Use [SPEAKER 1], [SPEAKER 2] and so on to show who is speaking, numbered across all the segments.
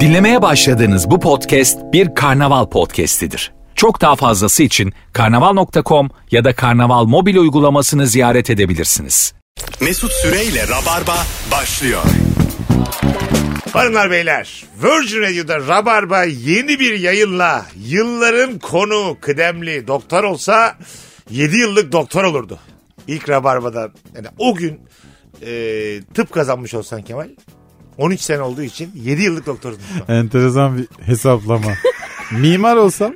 [SPEAKER 1] Dinlemeye başladığınız bu podcast bir karnaval podcastidir. Çok daha fazlası için karnaval.com ya da karnaval mobil uygulamasını ziyaret edebilirsiniz.
[SPEAKER 2] Mesut Süreyle Rabarba başlıyor.
[SPEAKER 3] Hanımlar beyler Virgin Radio'da Rabarba yeni bir yayınla yılların konu kıdemli doktor olsa 7 yıllık doktor olurdu. İlk Rabarba'dan yani o gün e, tıp kazanmış olsan Kemal 13 sene olduğu için 7 yıllık doktordun.
[SPEAKER 4] Enteresan bir hesaplama. Mimar olsam,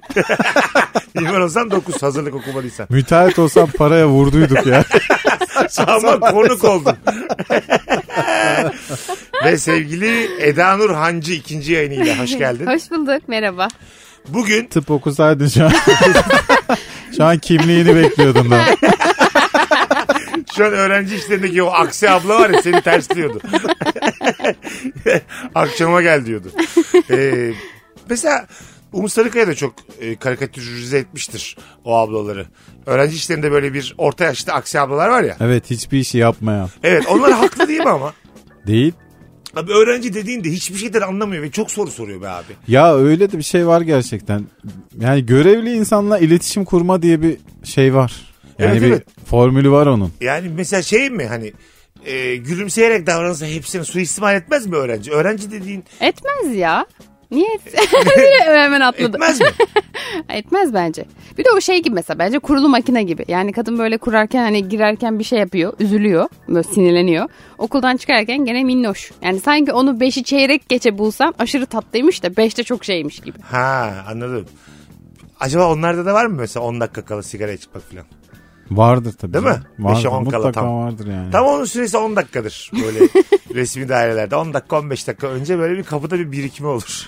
[SPEAKER 3] İmar olsan 9 hazırlık okumalıysan.
[SPEAKER 4] müteahhit olsam paraya vurduyduk ya.
[SPEAKER 3] Ama konuk oldun. Ve sevgili Eda Nur Hancı ikinci yayınıyla hoş geldin.
[SPEAKER 5] Hoş bulduk merhaba.
[SPEAKER 3] Bugün
[SPEAKER 4] Tıp okusaydın şu an. şu an kimliğini bekliyordum ben.
[SPEAKER 3] Şu an öğrenci işlerindeki o aksi abla var ya seni tersliyordu. Akşama gel diyordu. Ee, mesela Umut Sarıkaya da çok e, karikatürize etmiştir o ablaları. Öğrenci işlerinde böyle bir orta yaşlı aksi ablalar var ya.
[SPEAKER 4] Evet hiçbir işi yapmayan.
[SPEAKER 3] Evet onlar haklı değil mi ama?
[SPEAKER 4] Değil.
[SPEAKER 3] Abi öğrenci dediğinde hiçbir şeyden anlamıyor ve çok soru soruyor be abi.
[SPEAKER 4] Ya öyle de bir şey var gerçekten. Yani görevli insanla iletişim kurma diye bir şey var. Yani
[SPEAKER 3] Evet,
[SPEAKER 4] bir
[SPEAKER 3] evet.
[SPEAKER 4] formülü var onun.
[SPEAKER 3] Yani mesela şey mi hani e, gülümseyerek davranırsa hepsini suistimal etmez mi öğrenci? Öğrenci dediğin
[SPEAKER 5] Etmez ya. Niye et- Direkt hemen atladı.
[SPEAKER 3] etmez mi?
[SPEAKER 5] Etmez bence. Bir de o şey gibi mesela bence kurulu makine gibi. Yani kadın böyle kurarken hani girerken bir şey yapıyor. Üzülüyor. Böyle sinirleniyor. Okuldan çıkarken gene minnoş. Yani sanki onu beşi çeyrek geçe bulsam aşırı tatlıymış da beşte çok şeymiş gibi.
[SPEAKER 3] Ha anladım. Acaba onlarda da var mı mesela 10 dakika kala sigaraya çıkmak falan?
[SPEAKER 4] Vardır tabii.
[SPEAKER 3] Değil
[SPEAKER 4] canım.
[SPEAKER 3] mi?
[SPEAKER 4] Vardır.
[SPEAKER 3] Beşe on kala
[SPEAKER 4] Mutlaka
[SPEAKER 3] tam.
[SPEAKER 4] vardır yani.
[SPEAKER 3] Tam onun süresi 10 dakikadır böyle resmi dairelerde. 10 dakika 15 dakika önce böyle bir kapıda bir birikimi olur.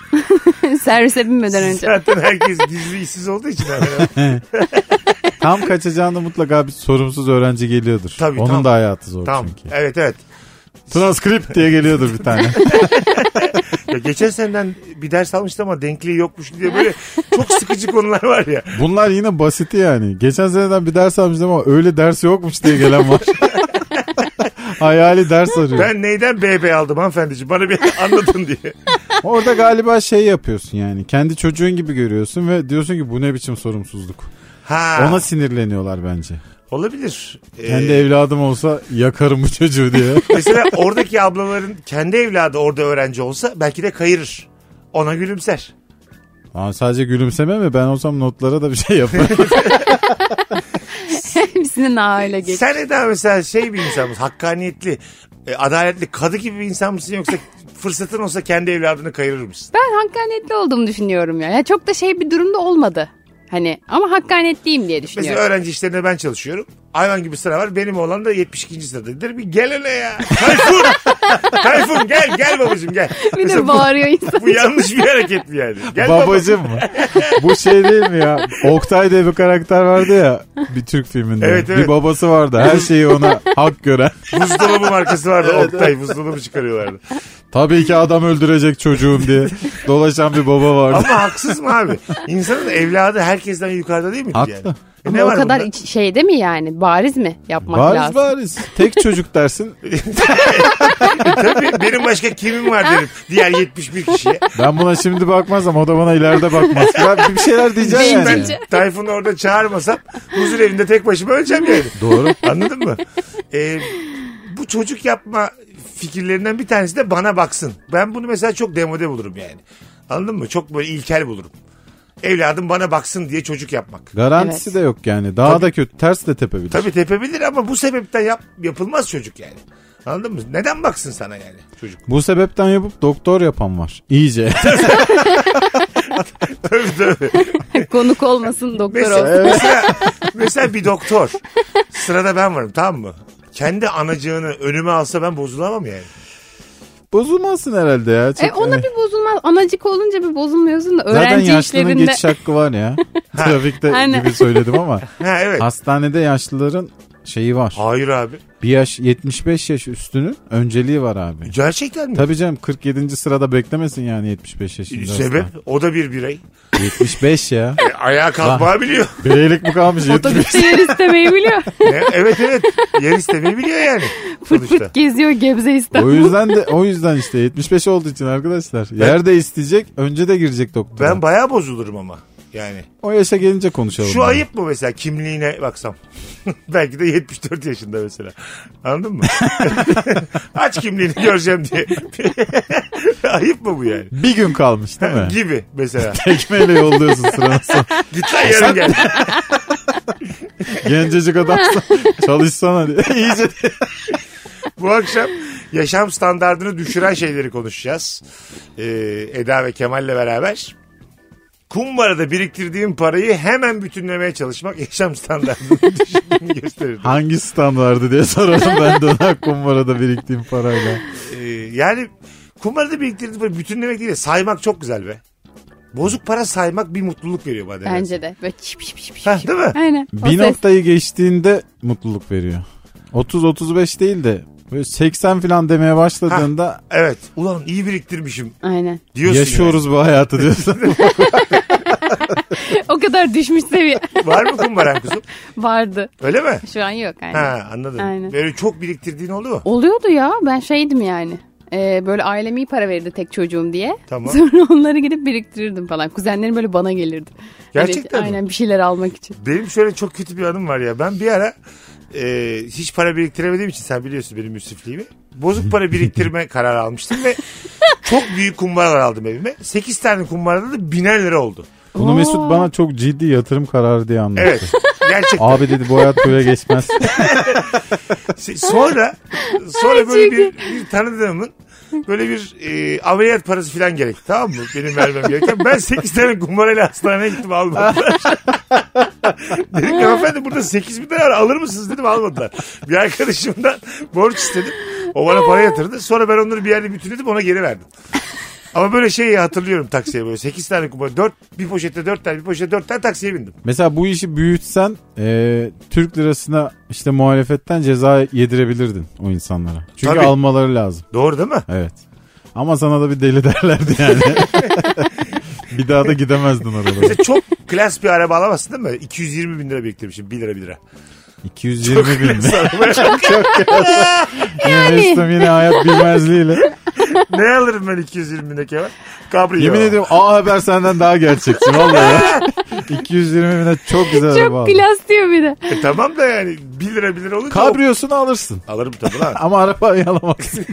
[SPEAKER 5] Servise binmeden önce.
[SPEAKER 3] Zaten herkes gizli işsiz olduğu için. hemen-
[SPEAKER 4] Tam kaçacağında mutlaka bir sorumsuz öğrenci geliyordur.
[SPEAKER 3] Tabii,
[SPEAKER 4] onun
[SPEAKER 3] tam.
[SPEAKER 4] da hayatı zor
[SPEAKER 3] tamam.
[SPEAKER 4] çünkü.
[SPEAKER 3] Evet evet.
[SPEAKER 4] Transkript diye geliyordur bir tane.
[SPEAKER 3] Ya geçen seneden bir ders almıştım ama denkliği yokmuş diye böyle çok sıkıcı konular var ya.
[SPEAKER 4] Bunlar yine basiti yani. Geçen seneden bir ders almıştım ama öyle ders yokmuş diye gelen var. Hayali ders arıyor.
[SPEAKER 3] Ben neyden BB aldım hanımefendiciğim bana bir anlatın diye.
[SPEAKER 4] Orada galiba şey yapıyorsun yani. Kendi çocuğun gibi görüyorsun ve diyorsun ki bu ne biçim sorumsuzluk.
[SPEAKER 3] Ha
[SPEAKER 4] Ona sinirleniyorlar bence.
[SPEAKER 3] olabilir. Ee,
[SPEAKER 4] Kendi evladım olsa yakarım bu çocuğu diye.
[SPEAKER 3] mesela oradaki ablaların kendi evladı orada öğrenci olsa belki de kayırır. Ona gülümser.
[SPEAKER 4] Ama sadece gülümseme mi? Ben olsam notlara da bir şey yaparım.
[SPEAKER 5] Hepsinin aile geç.
[SPEAKER 3] Sen Eda mesela şey bir insan mısın? Hakkaniyetli, e, adaletli kadı gibi bir insan mısın yoksa fırsatın olsa kendi evladını kayırır mısın?
[SPEAKER 5] Ben hakkaniyetli olduğumu düşünüyorum ya. ya. Çok da şey bir durumda olmadı. Hani ama hakkaniyetliyim diye
[SPEAKER 3] Mesela
[SPEAKER 5] düşünüyorum.
[SPEAKER 3] öğrenci işlerinde ben çalışıyorum. Hayvan gibi sıra var. Benim oğlan da 72. sırada. Der bir gel hele ya. Tayfun. Tayfun gel gel babacığım gel.
[SPEAKER 5] Bir
[SPEAKER 3] Mesela
[SPEAKER 5] de
[SPEAKER 3] bu,
[SPEAKER 5] bağırıyor insan.
[SPEAKER 3] bu yanlış bir hareket mi yani? Gel babacığım.
[SPEAKER 4] Babacım mı? Bu şey değil mi ya? Oktay diye bir karakter vardı ya bir Türk filminde.
[SPEAKER 3] Evet, evet.
[SPEAKER 4] Bir babası vardı. Her şeyi ona hak gören.
[SPEAKER 3] Buzdolabı markası vardı. Oktay buzdolabı çıkarıyorlardı.
[SPEAKER 4] Tabii ki adam öldürecek çocuğum diye dolaşan bir baba vardı.
[SPEAKER 3] Ama haksız mı abi? İnsanın evladı herkesten yukarıda değil mi?
[SPEAKER 4] Haklı.
[SPEAKER 3] Yani? E
[SPEAKER 5] Ama
[SPEAKER 3] ne
[SPEAKER 5] o
[SPEAKER 3] var
[SPEAKER 5] kadar
[SPEAKER 3] bunda?
[SPEAKER 5] iç- şeyde mi yani? Bariz mi yapmak
[SPEAKER 4] Bariz
[SPEAKER 5] lazım?
[SPEAKER 4] bariz. Tek çocuk dersin.
[SPEAKER 3] Tabii benim başka kimim var derim diğer 71 kişiye.
[SPEAKER 4] Ben buna şimdi bakmazsam o da bana ileride bakmaz. Ben bir şeyler diyeceğim
[SPEAKER 5] Beyin
[SPEAKER 4] yani.
[SPEAKER 5] bence.
[SPEAKER 3] Tayfun'u orada çağırmasam huzur evinde tek başıma öleceğim yani.
[SPEAKER 4] Doğru.
[SPEAKER 3] Anladın mı? Ee, bu çocuk yapma fikirlerinden bir tanesi de bana baksın. Ben bunu mesela çok demode bulurum yani. Anladın mı? Çok böyle ilkel bulurum. Evladım bana baksın diye çocuk yapmak.
[SPEAKER 4] Garantisi
[SPEAKER 5] Evet.
[SPEAKER 4] de yok yani. Daha
[SPEAKER 3] Tabii.
[SPEAKER 4] da kötü. Ters de tepebilir.
[SPEAKER 3] Tabii tepebilir ama bu sebepten yap, yapılmaz çocuk yani. Anladın mı? Neden baksın sana yani çocuk?
[SPEAKER 4] Bu sebepten yapıp doktor yapan var. İyice.
[SPEAKER 3] Tabii tabii.
[SPEAKER 5] Konuk olmasın doktor olsun.
[SPEAKER 3] Mesela, mesela, mesela bir doktor. Sırada ben varım tamam mı? Kendi anacığını önüme alsa ben bozulamam yani.
[SPEAKER 4] Bozulmasın herhalde ya. Çok-
[SPEAKER 5] E ona bir bozulmaz. Anacık olunca bir bozulmuyorsun da
[SPEAKER 4] Zaten
[SPEAKER 5] öğrenci
[SPEAKER 4] yaşlının
[SPEAKER 5] işlerinde.
[SPEAKER 4] geçiş hakkı var ya. Trafikte
[SPEAKER 5] Aynen.
[SPEAKER 4] gibi söyledim ama.
[SPEAKER 3] Ha evet.
[SPEAKER 4] Hastanede yaşlıların şeyi var.
[SPEAKER 3] Hayır abi.
[SPEAKER 4] Bir yaş 75 yaş üstünün önceliği var abi.
[SPEAKER 3] Gerçekten mi?
[SPEAKER 4] Tabii canım 47. sırada beklemesin yani 75 yaşında.
[SPEAKER 3] Sebep
[SPEAKER 4] aslan.
[SPEAKER 3] o da bir birey.
[SPEAKER 4] 75 ya.
[SPEAKER 3] E, ayağa
[SPEAKER 5] Ah.
[SPEAKER 3] kalkmayı biliyor.
[SPEAKER 4] Bireylik mi kalmış? Yetmiş-
[SPEAKER 5] Otobüste yer istemeyi biliyor.
[SPEAKER 3] E, evet evet. Yer istemeyi biliyor yani.
[SPEAKER 5] Fırt
[SPEAKER 3] Sonuçta.
[SPEAKER 5] fırt geziyor Gebze
[SPEAKER 4] o
[SPEAKER 5] İstanbul.
[SPEAKER 4] yüzden de o yüzden işte 75 olduğu için arkadaşlar. Yer de isteyecek, önce de girecek doktora.
[SPEAKER 3] Ben bayağı bozulurum ama. Yani.
[SPEAKER 4] o yaşa gelince konuşalım.
[SPEAKER 3] Şu
[SPEAKER 4] bunu.
[SPEAKER 3] ayıp mı mesela kimliğine baksam? Belki de 74 yaşında mesela. Anladın mı? Aç kimliğini göreceğim diye. ayıp mı bu yani?
[SPEAKER 4] Bir gün kalmış değil mi?
[SPEAKER 3] Gibi mesela.
[SPEAKER 4] Tekmeyle yolluyorsun sırana sonra.
[SPEAKER 3] Git lan yarın gel.
[SPEAKER 4] Gencecik adamsın. Çalışsana diye. İyice
[SPEAKER 3] Bu akşam yaşam standartını düşüren şeyleri konuşacağız. Ee, Eda ve Kemal'le beraber. Kumbarada biriktirdiğim parayı hemen bütünlemeye çalışmak yaşam standartını düşürdüğünü gösterir.
[SPEAKER 4] hangi standardı diye sorarım ben de ona kumbarada biriktiğim parayla.
[SPEAKER 3] Ee, yani kumbarada biriktirdiğim parayı bütünlemek değil de saymak çok güzel be. Bozuk para saymak bir mutluluk veriyor bana.
[SPEAKER 5] Bence de. Böyle çip çip çip çip.
[SPEAKER 3] Heh, değil mi?
[SPEAKER 5] Aynen. O
[SPEAKER 4] Bir
[SPEAKER 5] ses.
[SPEAKER 4] noktayı geçtiğinde mutluluk veriyor. 30-35 değil de böyle 80 falan demeye başladığında
[SPEAKER 3] Evet. Ulan iyi biriktirmişim
[SPEAKER 5] Aynen.
[SPEAKER 3] diyorsun.
[SPEAKER 4] yaşıyoruz bu hayatı diyorsun.
[SPEAKER 5] O kadar düşmüş seviye
[SPEAKER 3] yani. Var mı kumbaran kuzum?
[SPEAKER 5] vardı.
[SPEAKER 3] Öyle mi?
[SPEAKER 5] Şu an yok aynen.
[SPEAKER 3] Ha anladım.
[SPEAKER 5] Aynen.
[SPEAKER 3] Böyle çok biriktirdiğin oldu mu?
[SPEAKER 5] Oluyordu ya ben şeydim yani. Ee, böyle ailem iyi para verirdi tek çocuğum diye.
[SPEAKER 3] Tamam.
[SPEAKER 5] Sonra onları gidip biriktirirdim falan. Kuzenlerim böyle bana gelirdi. Hani
[SPEAKER 3] Gerçekten mi?
[SPEAKER 5] Aynen bir şeyler almak için.
[SPEAKER 3] Benim şöyle çok kötü bir anım var ya. Ben bir ara e, hiç para biriktiremediğim için sen biliyorsun benim müsrifliğimi. Bozuk para biriktirme kararı almıştım ve çok büyük kumbaralar aldım evime. 8 tane kumbarada da biner lira oldu.
[SPEAKER 4] Bunu Mesut bana çok ciddi yatırım kararı diye anlattı.
[SPEAKER 3] Evet. Gerçekten.
[SPEAKER 4] Abi dedi bu hayat böyle geçmez.
[SPEAKER 3] Se- Sonra sonra böyle bir, bir tanıdığımın böyle bir e, ameliyat parası falan gerekti tamam mı? Benim vermem gereken. Ben 8 tane kumbarayla hastaneye gittim almadılar. dedim ki hanımefendi burada 8 bin lira var alır mısınız dedim almadılar. Bir arkadaşımdan borç istedim. O bana para yatırdı. Sonra ben onları bir yerde bütünledim ona geri verdim. Ama böyle şeyi hatırlıyorum taksiye böyle 8 tane kumbar 4 bir poşette 4 tane bir poşette 4 tane taksiye bindim.
[SPEAKER 4] Mesela bu işi büyütsen e, Türk lirasına işte muhalefetten ceza yedirebilirdin o insanlara. Çünkü
[SPEAKER 3] Tabii.
[SPEAKER 4] almaları lazım.
[SPEAKER 3] Doğru değil mi?
[SPEAKER 4] Evet. Ama sana da bir deli derlerdi yani. bir daha da gidemezdin oralara.
[SPEAKER 3] Mesela çok klas bir araba alamazsın değil mi? 220 bin lira biriktirmişim 1 lira 1 lira.
[SPEAKER 4] 220 bin lira.
[SPEAKER 3] Sana-
[SPEAKER 4] Yine Mesut'um yine hayat bilmezliğiyle.
[SPEAKER 3] ne alırım ben 220 bine Kemal? Cabrio.
[SPEAKER 4] Yemin ediyorum A Haber senden daha gerçekçi vallahi ya. 220 bine çok güzel araba
[SPEAKER 5] Çok
[SPEAKER 4] aldın.
[SPEAKER 5] klas diyor bir de.
[SPEAKER 3] E tamam da yani 1 lira 1 lira olunca
[SPEAKER 4] Kabriyosunu alırsın.
[SPEAKER 3] alırım tabii lan.
[SPEAKER 4] Ama arabayı alamazsın.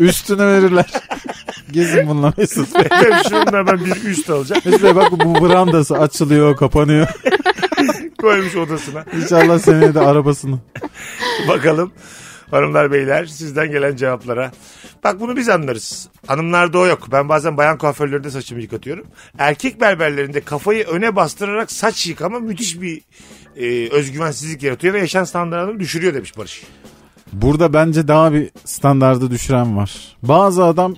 [SPEAKER 4] Üstüne verirler. Gezin bununla Mesut. Bey.
[SPEAKER 3] ben şununla ben bir üst alacağım.
[SPEAKER 4] Mesut Bey bak bu brandası açılıyor kapanıyor.
[SPEAKER 3] Koymuş odasına.
[SPEAKER 4] İnşallah seneye de arabasını.
[SPEAKER 3] Bakalım hanımlar beyler sizden gelen cevaplara. Bak bunu biz anlarız. Hanımlarda o yok. Ben bazen bayan kuaförlerinde saçımı yıkatıyorum. Erkek berberlerinde kafayı öne bastırarak saç yıkama müthiş bir e, özgüvensizlik yaratıyor ve yaşam standartını düşürüyor demiş Barış.
[SPEAKER 4] Burada bence daha bir standardı düşüren var. Bazı adam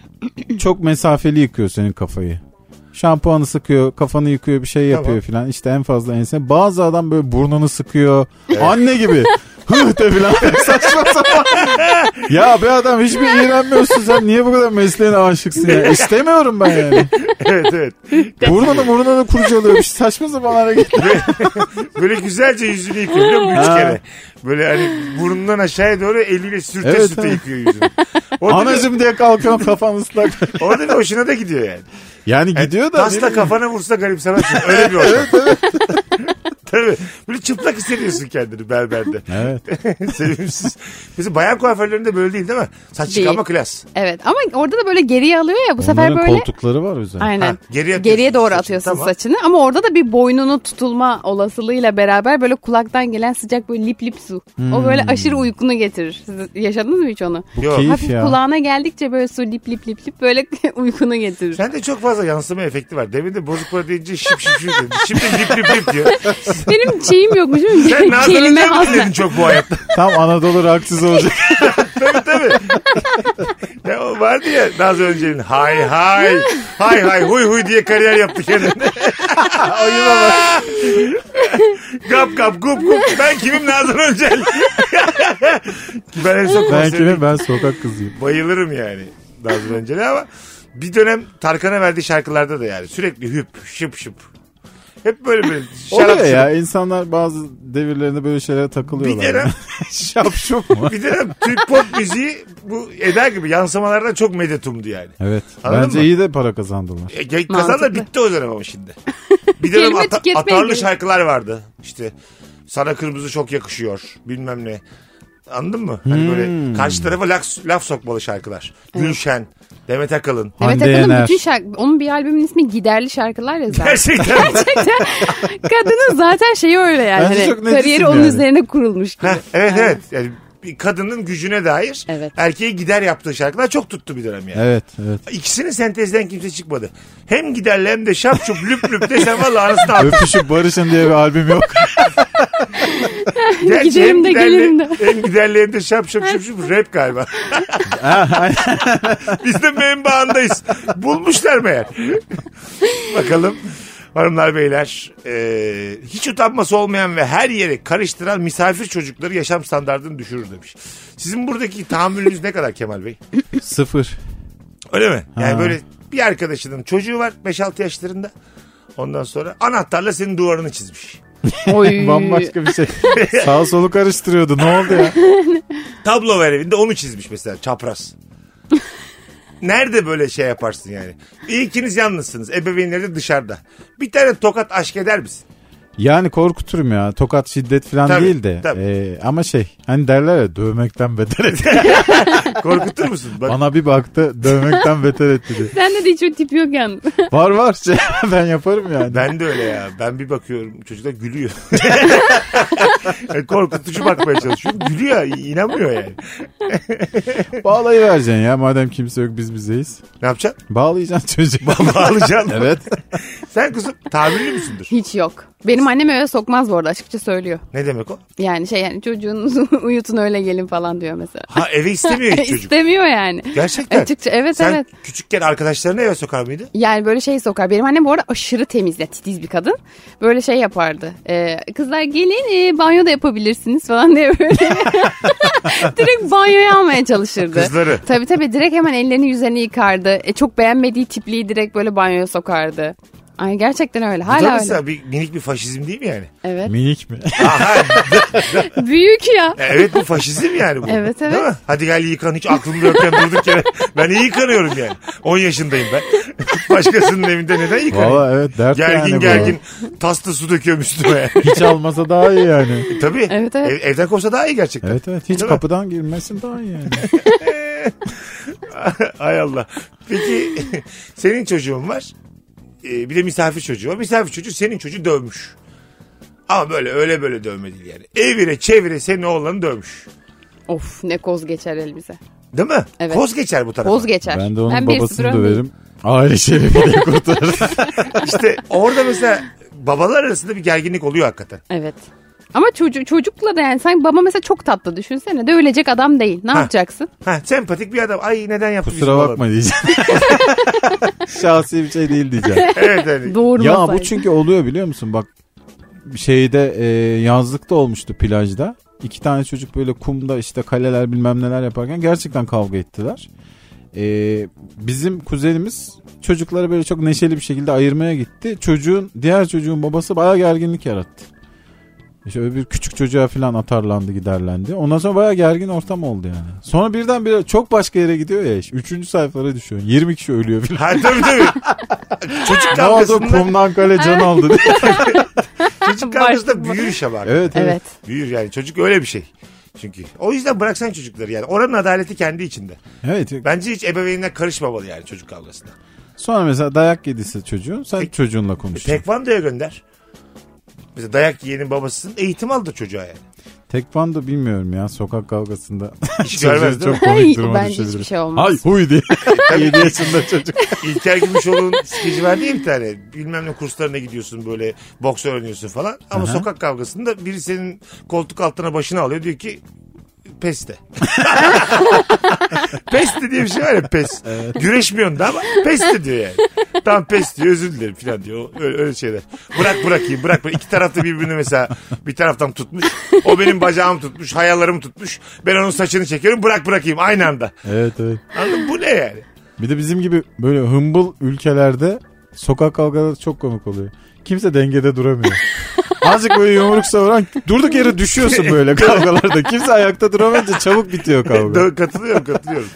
[SPEAKER 4] çok mesafeli yıkıyor senin kafayı. Şampuanı sıkıyor, kafanı yıkıyor, bir şey yapıyor
[SPEAKER 3] Tamam.
[SPEAKER 4] filan. İşte en fazla ense. Bazı adam böyle burnunu sıkıyor. Anne gibi. Hıh de filan. Saçma sapan. ya be adam hiçbir iğrenmiyorsun sen. Niye bu kadar mesleğine aşıksın ya? İstemiyorum ben yani.
[SPEAKER 3] evet evet.
[SPEAKER 4] Burnunu burnunu kurcalıyor. Bir saçma sapan hareketler.
[SPEAKER 3] Böyle güzelce yüzünü yıkıyor biliyor musun? Üç
[SPEAKER 4] Ha.
[SPEAKER 3] kere. Böyle hani burnundan aşağıya doğru eliyle sürte
[SPEAKER 4] Evet,
[SPEAKER 3] sürte
[SPEAKER 4] evet.
[SPEAKER 3] yıkıyor yüzünü. Orada, da,
[SPEAKER 4] Anacım diye kalkıyorsun kafan ıslak.
[SPEAKER 3] orada da hoşuna da gidiyor yani.
[SPEAKER 4] Yani gidiyor da.
[SPEAKER 3] Tasla kafana vursa garipsemezsin. Öyle bir ortam. Tabii. Böyle çıplak hissediyorsun kendini berberde.
[SPEAKER 4] Evet.
[SPEAKER 3] Sevimsiz. Mesela bayan kuaförlerinde böyle değil değil mi? Saç
[SPEAKER 5] Değil.
[SPEAKER 3] çıkarma klas.
[SPEAKER 5] Evet ama orada da böyle geriye alıyor ya bu sefer
[SPEAKER 4] Onların
[SPEAKER 5] böyle.
[SPEAKER 4] koltukları var özel.
[SPEAKER 5] Aynen.
[SPEAKER 3] Ha, geriye
[SPEAKER 5] geriye,
[SPEAKER 3] atıyorsun
[SPEAKER 5] doğru
[SPEAKER 3] saçını,
[SPEAKER 5] atıyorsun
[SPEAKER 3] tamam.
[SPEAKER 5] saçını ama orada da bir boynunu tutulma olasılığıyla beraber böyle kulaktan gelen sıcak böyle lip lip su.
[SPEAKER 4] Hmm.
[SPEAKER 5] O böyle aşırı uykunu getirir. Siz yaşadınız mı hiç onu?
[SPEAKER 4] Bu
[SPEAKER 3] Yok.
[SPEAKER 4] keyif
[SPEAKER 5] Hafif
[SPEAKER 4] ya.
[SPEAKER 5] kulağına geldikçe böyle su lip lip lip lip böyle uykunu getirir.
[SPEAKER 3] Sende çok fazla yansıma efekti var. Demin de bozuk para deyince şıp şıp şıp dedi. Şimdi lip lip lip diyor.
[SPEAKER 5] Benim şeyim yokmuş değil mi?
[SPEAKER 3] Sen
[SPEAKER 5] Kelime
[SPEAKER 3] nazarınca mı
[SPEAKER 5] hazır.
[SPEAKER 3] dedin çok bu hayatta?
[SPEAKER 4] Tam Anadolu rockçısı olacak.
[SPEAKER 3] tabii tabii. ya o vardı ya Nazlı Öncel'in hay hay hay hay huy huy diye kariyer yaptı kendine. Ayıma bak. Gap gap gup gup. Ben kimim Nazan Öncel? ben en son
[SPEAKER 4] Ben
[SPEAKER 3] konserine
[SPEAKER 4] kimim? Ben sokak kızıyım.
[SPEAKER 3] bayılırım yani Nazan Öncel'e ama bir dönem Tarkan'a verdiği şarkılarda da yani sürekli hüp şıp şıp. Hep böyle böyle şarap
[SPEAKER 4] Oluyor
[SPEAKER 3] şurup.
[SPEAKER 4] ya insanlar bazı devirlerinde böyle şeylere takılıyorlar.
[SPEAKER 3] Bir dönem-
[SPEAKER 4] yani. Şapşup mu?
[SPEAKER 3] Bir dönem Türk pop müziği bu Eda gibi yansımalardan çok medetumdu yani.
[SPEAKER 4] Evet.
[SPEAKER 3] Anladın
[SPEAKER 4] bence
[SPEAKER 3] mı?
[SPEAKER 4] iyi de para kazandılar.
[SPEAKER 3] E, ge- Kazan da
[SPEAKER 5] Mantıklı.
[SPEAKER 3] bitti o dönem ama şimdi. Bir dönem
[SPEAKER 5] Kelime
[SPEAKER 3] ata-
[SPEAKER 5] tüketmeye
[SPEAKER 3] atarlı
[SPEAKER 5] gerek-
[SPEAKER 3] şarkılar vardı. İşte sana kırmızı çok yakışıyor bilmem ne. Anladın mı? Hani böyle karşı tarafa laf, laf sokmalı şarkılar. Gülşen, Demet Akalın.
[SPEAKER 5] Demet
[SPEAKER 4] Hande
[SPEAKER 5] Akalın
[SPEAKER 4] Yener.
[SPEAKER 5] bütün şarkı, onun bir albümün ismi Giderli Şarkılar ya zaten.
[SPEAKER 3] Gerçekten.
[SPEAKER 5] Kadının zaten şeyi öyle yani.
[SPEAKER 4] Bence
[SPEAKER 5] Hani
[SPEAKER 4] çok netsin
[SPEAKER 5] kariyeri onun
[SPEAKER 4] yani.
[SPEAKER 5] üzerine kurulmuş gibi.
[SPEAKER 3] Heh, evet evet. Yani bir kadının gücüne dair
[SPEAKER 5] Evet.
[SPEAKER 3] erkeğe gider yaptığı şarkılar çok tuttu bir dönem yani.
[SPEAKER 4] Evet evet.
[SPEAKER 3] İkisini sentezden kimse çıkmadı. Hem giderli hem de şap şup lüp lüp desen valla arasını at.
[SPEAKER 4] Öpüşüp barışın diye bir albüm yok.
[SPEAKER 3] Gerçi
[SPEAKER 5] Giderim
[SPEAKER 3] hem
[SPEAKER 5] de
[SPEAKER 3] giderli-
[SPEAKER 5] gelirim de.
[SPEAKER 3] Hem giderli hem de şap şap şup şup rap galiba. Biz de menbaındayız. Bulmuşlar meğer. Bakalım. Hanımlar beyler e, hiç utanması olmayan ve her yere karıştıran misafir çocukları yaşam standartını düşürür demiş. Sizin buradaki tahammülünüz ne kadar Kemal Bey?
[SPEAKER 4] Sıfır.
[SPEAKER 3] Öyle mi? Yani
[SPEAKER 4] Ha.
[SPEAKER 3] böyle bir arkadaşının çocuğu var 5-6 yaşlarında. Ondan sonra anahtarla senin duvarını çizmiş.
[SPEAKER 5] Oy.
[SPEAKER 4] Bambaşka bir şey. Sağ solu karıştırıyordu. Ne oldu ya?
[SPEAKER 3] Tablo var evinde onu çizmiş mesela çapraz. Nerede böyle şey yaparsın yani? İlkiniz yalnızsınız. Ebeveynleri de dışarıda. Bir tane tokat aşk eder misin?
[SPEAKER 4] Yani korkuturum ya. Tokat şiddet falan
[SPEAKER 3] Tabii,
[SPEAKER 4] değil de.
[SPEAKER 3] tabii.
[SPEAKER 4] Ee, ama şey hani derler ya dövmekten beter etti.
[SPEAKER 3] Korkutur musun? Bak,
[SPEAKER 4] Bana bir baktı dövmekten beter etti diye.
[SPEAKER 5] Sende de hiç o tip yok yani.
[SPEAKER 4] Var var şey, ben yaparım yani.
[SPEAKER 3] Ben de öyle ya. Ben bir bakıyorum çocuklar gülüyor. Yani Korkutucu bakmaya çalışıyorum. Gülüyor. inanmıyor yani.
[SPEAKER 4] Bağlayıvereceksin ya madem kimse yok biz bizeyiz.
[SPEAKER 3] Ne yapacaksın?
[SPEAKER 4] Bağlayacaksın çocuk.
[SPEAKER 3] Bağlayacaksın.
[SPEAKER 4] evet.
[SPEAKER 3] Sen kızım tahammüllü müsündür?
[SPEAKER 5] Hiç yok. Benim annem öyle sokmaz bu arada açıkça söylüyor.
[SPEAKER 3] Ne demek o?
[SPEAKER 5] Yani şey yani çocuğunuzu uyutun öyle gelin falan diyor mesela.
[SPEAKER 3] Ha eve istemiyor hiç çocuk.
[SPEAKER 5] İstemiyor yani.
[SPEAKER 3] Gerçekten.
[SPEAKER 5] Açıkça evet
[SPEAKER 3] Sen
[SPEAKER 5] evet.
[SPEAKER 3] küçükken arkadaşlarını eve sokar mıydı?
[SPEAKER 5] Yani böyle şey sokar. Benim annem bu arada aşırı temiz ya titiz bir kadın. Böyle şey yapardı. Ee, kızlar gelin e, banyo da yapabilirsiniz falan diye böyle. direkt banyoya almaya çalışırdı.
[SPEAKER 3] Kızları.
[SPEAKER 5] Tabii tabii direkt hemen ellerini yüzlerini yıkardı. E, çok beğenmediği tipliği direkt böyle banyoya sokardı. Ay gerçekten öyle.
[SPEAKER 3] Bu da
[SPEAKER 5] Hala öyle.
[SPEAKER 3] mesela bir, minik bir faşizm değil mi yani?
[SPEAKER 5] Evet.
[SPEAKER 4] Minik mi?
[SPEAKER 5] Büyük ya.
[SPEAKER 3] E, Evet bu faşizm yani bu.
[SPEAKER 5] Evet,
[SPEAKER 3] Değil
[SPEAKER 5] evet.
[SPEAKER 3] mi? Hadi gel yıkan hiç aklımda yokken durduk yere. Ben iyi yıkanıyorum yani. 10 yaşındayım ben. Başkasının evinde neden yıkanayım?
[SPEAKER 4] Valla evet dert
[SPEAKER 3] gergin
[SPEAKER 4] yani bu.
[SPEAKER 3] gergin taslı su döküyorum üstüme.
[SPEAKER 4] Hiç almasa daha iyi yani.
[SPEAKER 3] E, Tabii.
[SPEAKER 5] Evet, evet.
[SPEAKER 3] Ev- evden kovsa daha iyi gerçekten.
[SPEAKER 4] Evet evet hiç
[SPEAKER 3] Değil mi?
[SPEAKER 4] kapıdan girmesin daha iyi yani.
[SPEAKER 3] Ay Allah. Peki senin çocuğun var. Ee, bir de misafir çocuğu var. Misafir çocuğu senin çocuğu dövmüş. Ama böyle öyle böyle dövme değil yani. Evire çevire senin oğlanı dövmüş.
[SPEAKER 5] Of ne koz geçer elimize.
[SPEAKER 3] Değil mi?
[SPEAKER 5] Evet.
[SPEAKER 3] Koz geçer bu tarafa.
[SPEAKER 5] Koz geçer.
[SPEAKER 4] Ben de onun
[SPEAKER 5] Ben bir
[SPEAKER 4] babasını
[SPEAKER 5] sıfır öndeyim.
[SPEAKER 4] döverim. Aile şerefi diye kurtarırım.
[SPEAKER 3] İşte orada mesela babalar arasında bir gerginlik oluyor hakikaten.
[SPEAKER 5] Evet. Ama çocuk çocukla da yani sanki baba mesela çok tatlı düşünsene de ölecek adam değil. Ne yapacaksın?
[SPEAKER 3] Ha, sempatik bir adam. Ay neden yaptı
[SPEAKER 4] Kusura
[SPEAKER 3] bizim
[SPEAKER 4] bakma diyeceğim. Şahsi bir şey değil diyeceğim.
[SPEAKER 3] oğlan? Evet yani.
[SPEAKER 5] Doğru
[SPEAKER 4] ya bu çünkü oluyor biliyor musun? Bak şeyde e, yazlıkta olmuştu plajda. İki tane çocuk böyle kumda işte kaleler bilmem neler yaparken gerçekten kavga ettiler. E, bizim kuzenimiz çocukları böyle çok neşeli bir şekilde ayırmaya gitti. Çocuğun diğer çocuğun babası bayağı gerginlik yarattı. İşte öbür küçük çocuğa falan atarlandı giderlendi. Ondan sonra bayağı gergin ortam oldu yani. Sonra birden bir çok başka yere gidiyor ya iş. Üçüncü sayfalara düşüyor. 20 kişi ölüyor falan.
[SPEAKER 3] Ha tabii tabii. Çocuk
[SPEAKER 4] Ne oldu
[SPEAKER 3] kavgasında,
[SPEAKER 4] kumdan kale can aldı diye.
[SPEAKER 3] çocuk kavgasında büyür işe bak.
[SPEAKER 4] evet, evet.
[SPEAKER 5] Evet.
[SPEAKER 3] Büyür yani çocuk öyle bir şey. Çünkü o yüzden bıraksan çocukları yani. Oranın adaleti kendi içinde.
[SPEAKER 4] Evet.
[SPEAKER 3] Bence hiç ebeveynine karışmamalı yani çocuk kavgasına.
[SPEAKER 4] Sonra mesela dayak yediyse çocuğun sen çocuğunla konuş.
[SPEAKER 3] Tekvandoya gönder. Mesela dayak yiyenin babasının eğitim aldı çocuğa yani.
[SPEAKER 4] Tekvando bilmiyorum ya sokak kavgasında.
[SPEAKER 3] Hiç
[SPEAKER 4] Çocuğu
[SPEAKER 3] görmez değil mi?
[SPEAKER 4] çok komik duruma
[SPEAKER 5] bence
[SPEAKER 4] düşürdü.
[SPEAKER 5] hiçbir şey olmaz.
[SPEAKER 4] Ay huy diye. 7 yaşında çocuk.
[SPEAKER 3] İlker Gümüşoğlu'nun skeci verdi ya bir tane. Bilmem ne kurslarına gidiyorsun böyle boks öğreniyorsun falan. Ama
[SPEAKER 4] Aha.
[SPEAKER 3] sokak kavgasında biri senin koltuk altına başını alıyor diyor ki peste. peste diye bir şey var ya pes. Güreşmiyorsun da ama peste diyor yani. Tamam pes diyor özür dilerim falan diyor. Öyle, öyle şeyler. Bırak bırakayım bırak. bırak. İki tarafta birbirini mesela bir taraftan tutmuş. O benim bacağımı tutmuş. Hayalarımı tutmuş. Ben onun saçını çekiyorum. Bırak bırakayım aynı anda.
[SPEAKER 4] Evet evet.
[SPEAKER 3] Anladın mı? Bu ne yani?
[SPEAKER 4] Bir de bizim gibi böyle hımbıl ülkelerde sokak kavgaları çok komik oluyor. Kimse dengede duramıyor. Azıcık böyle yumruk savuran durduk yere düşüyorsun böyle kavgalarda. Kimse ayakta duramayınca çabuk bitiyor kavga.
[SPEAKER 3] Doğru, katılıyorum katılıyorum.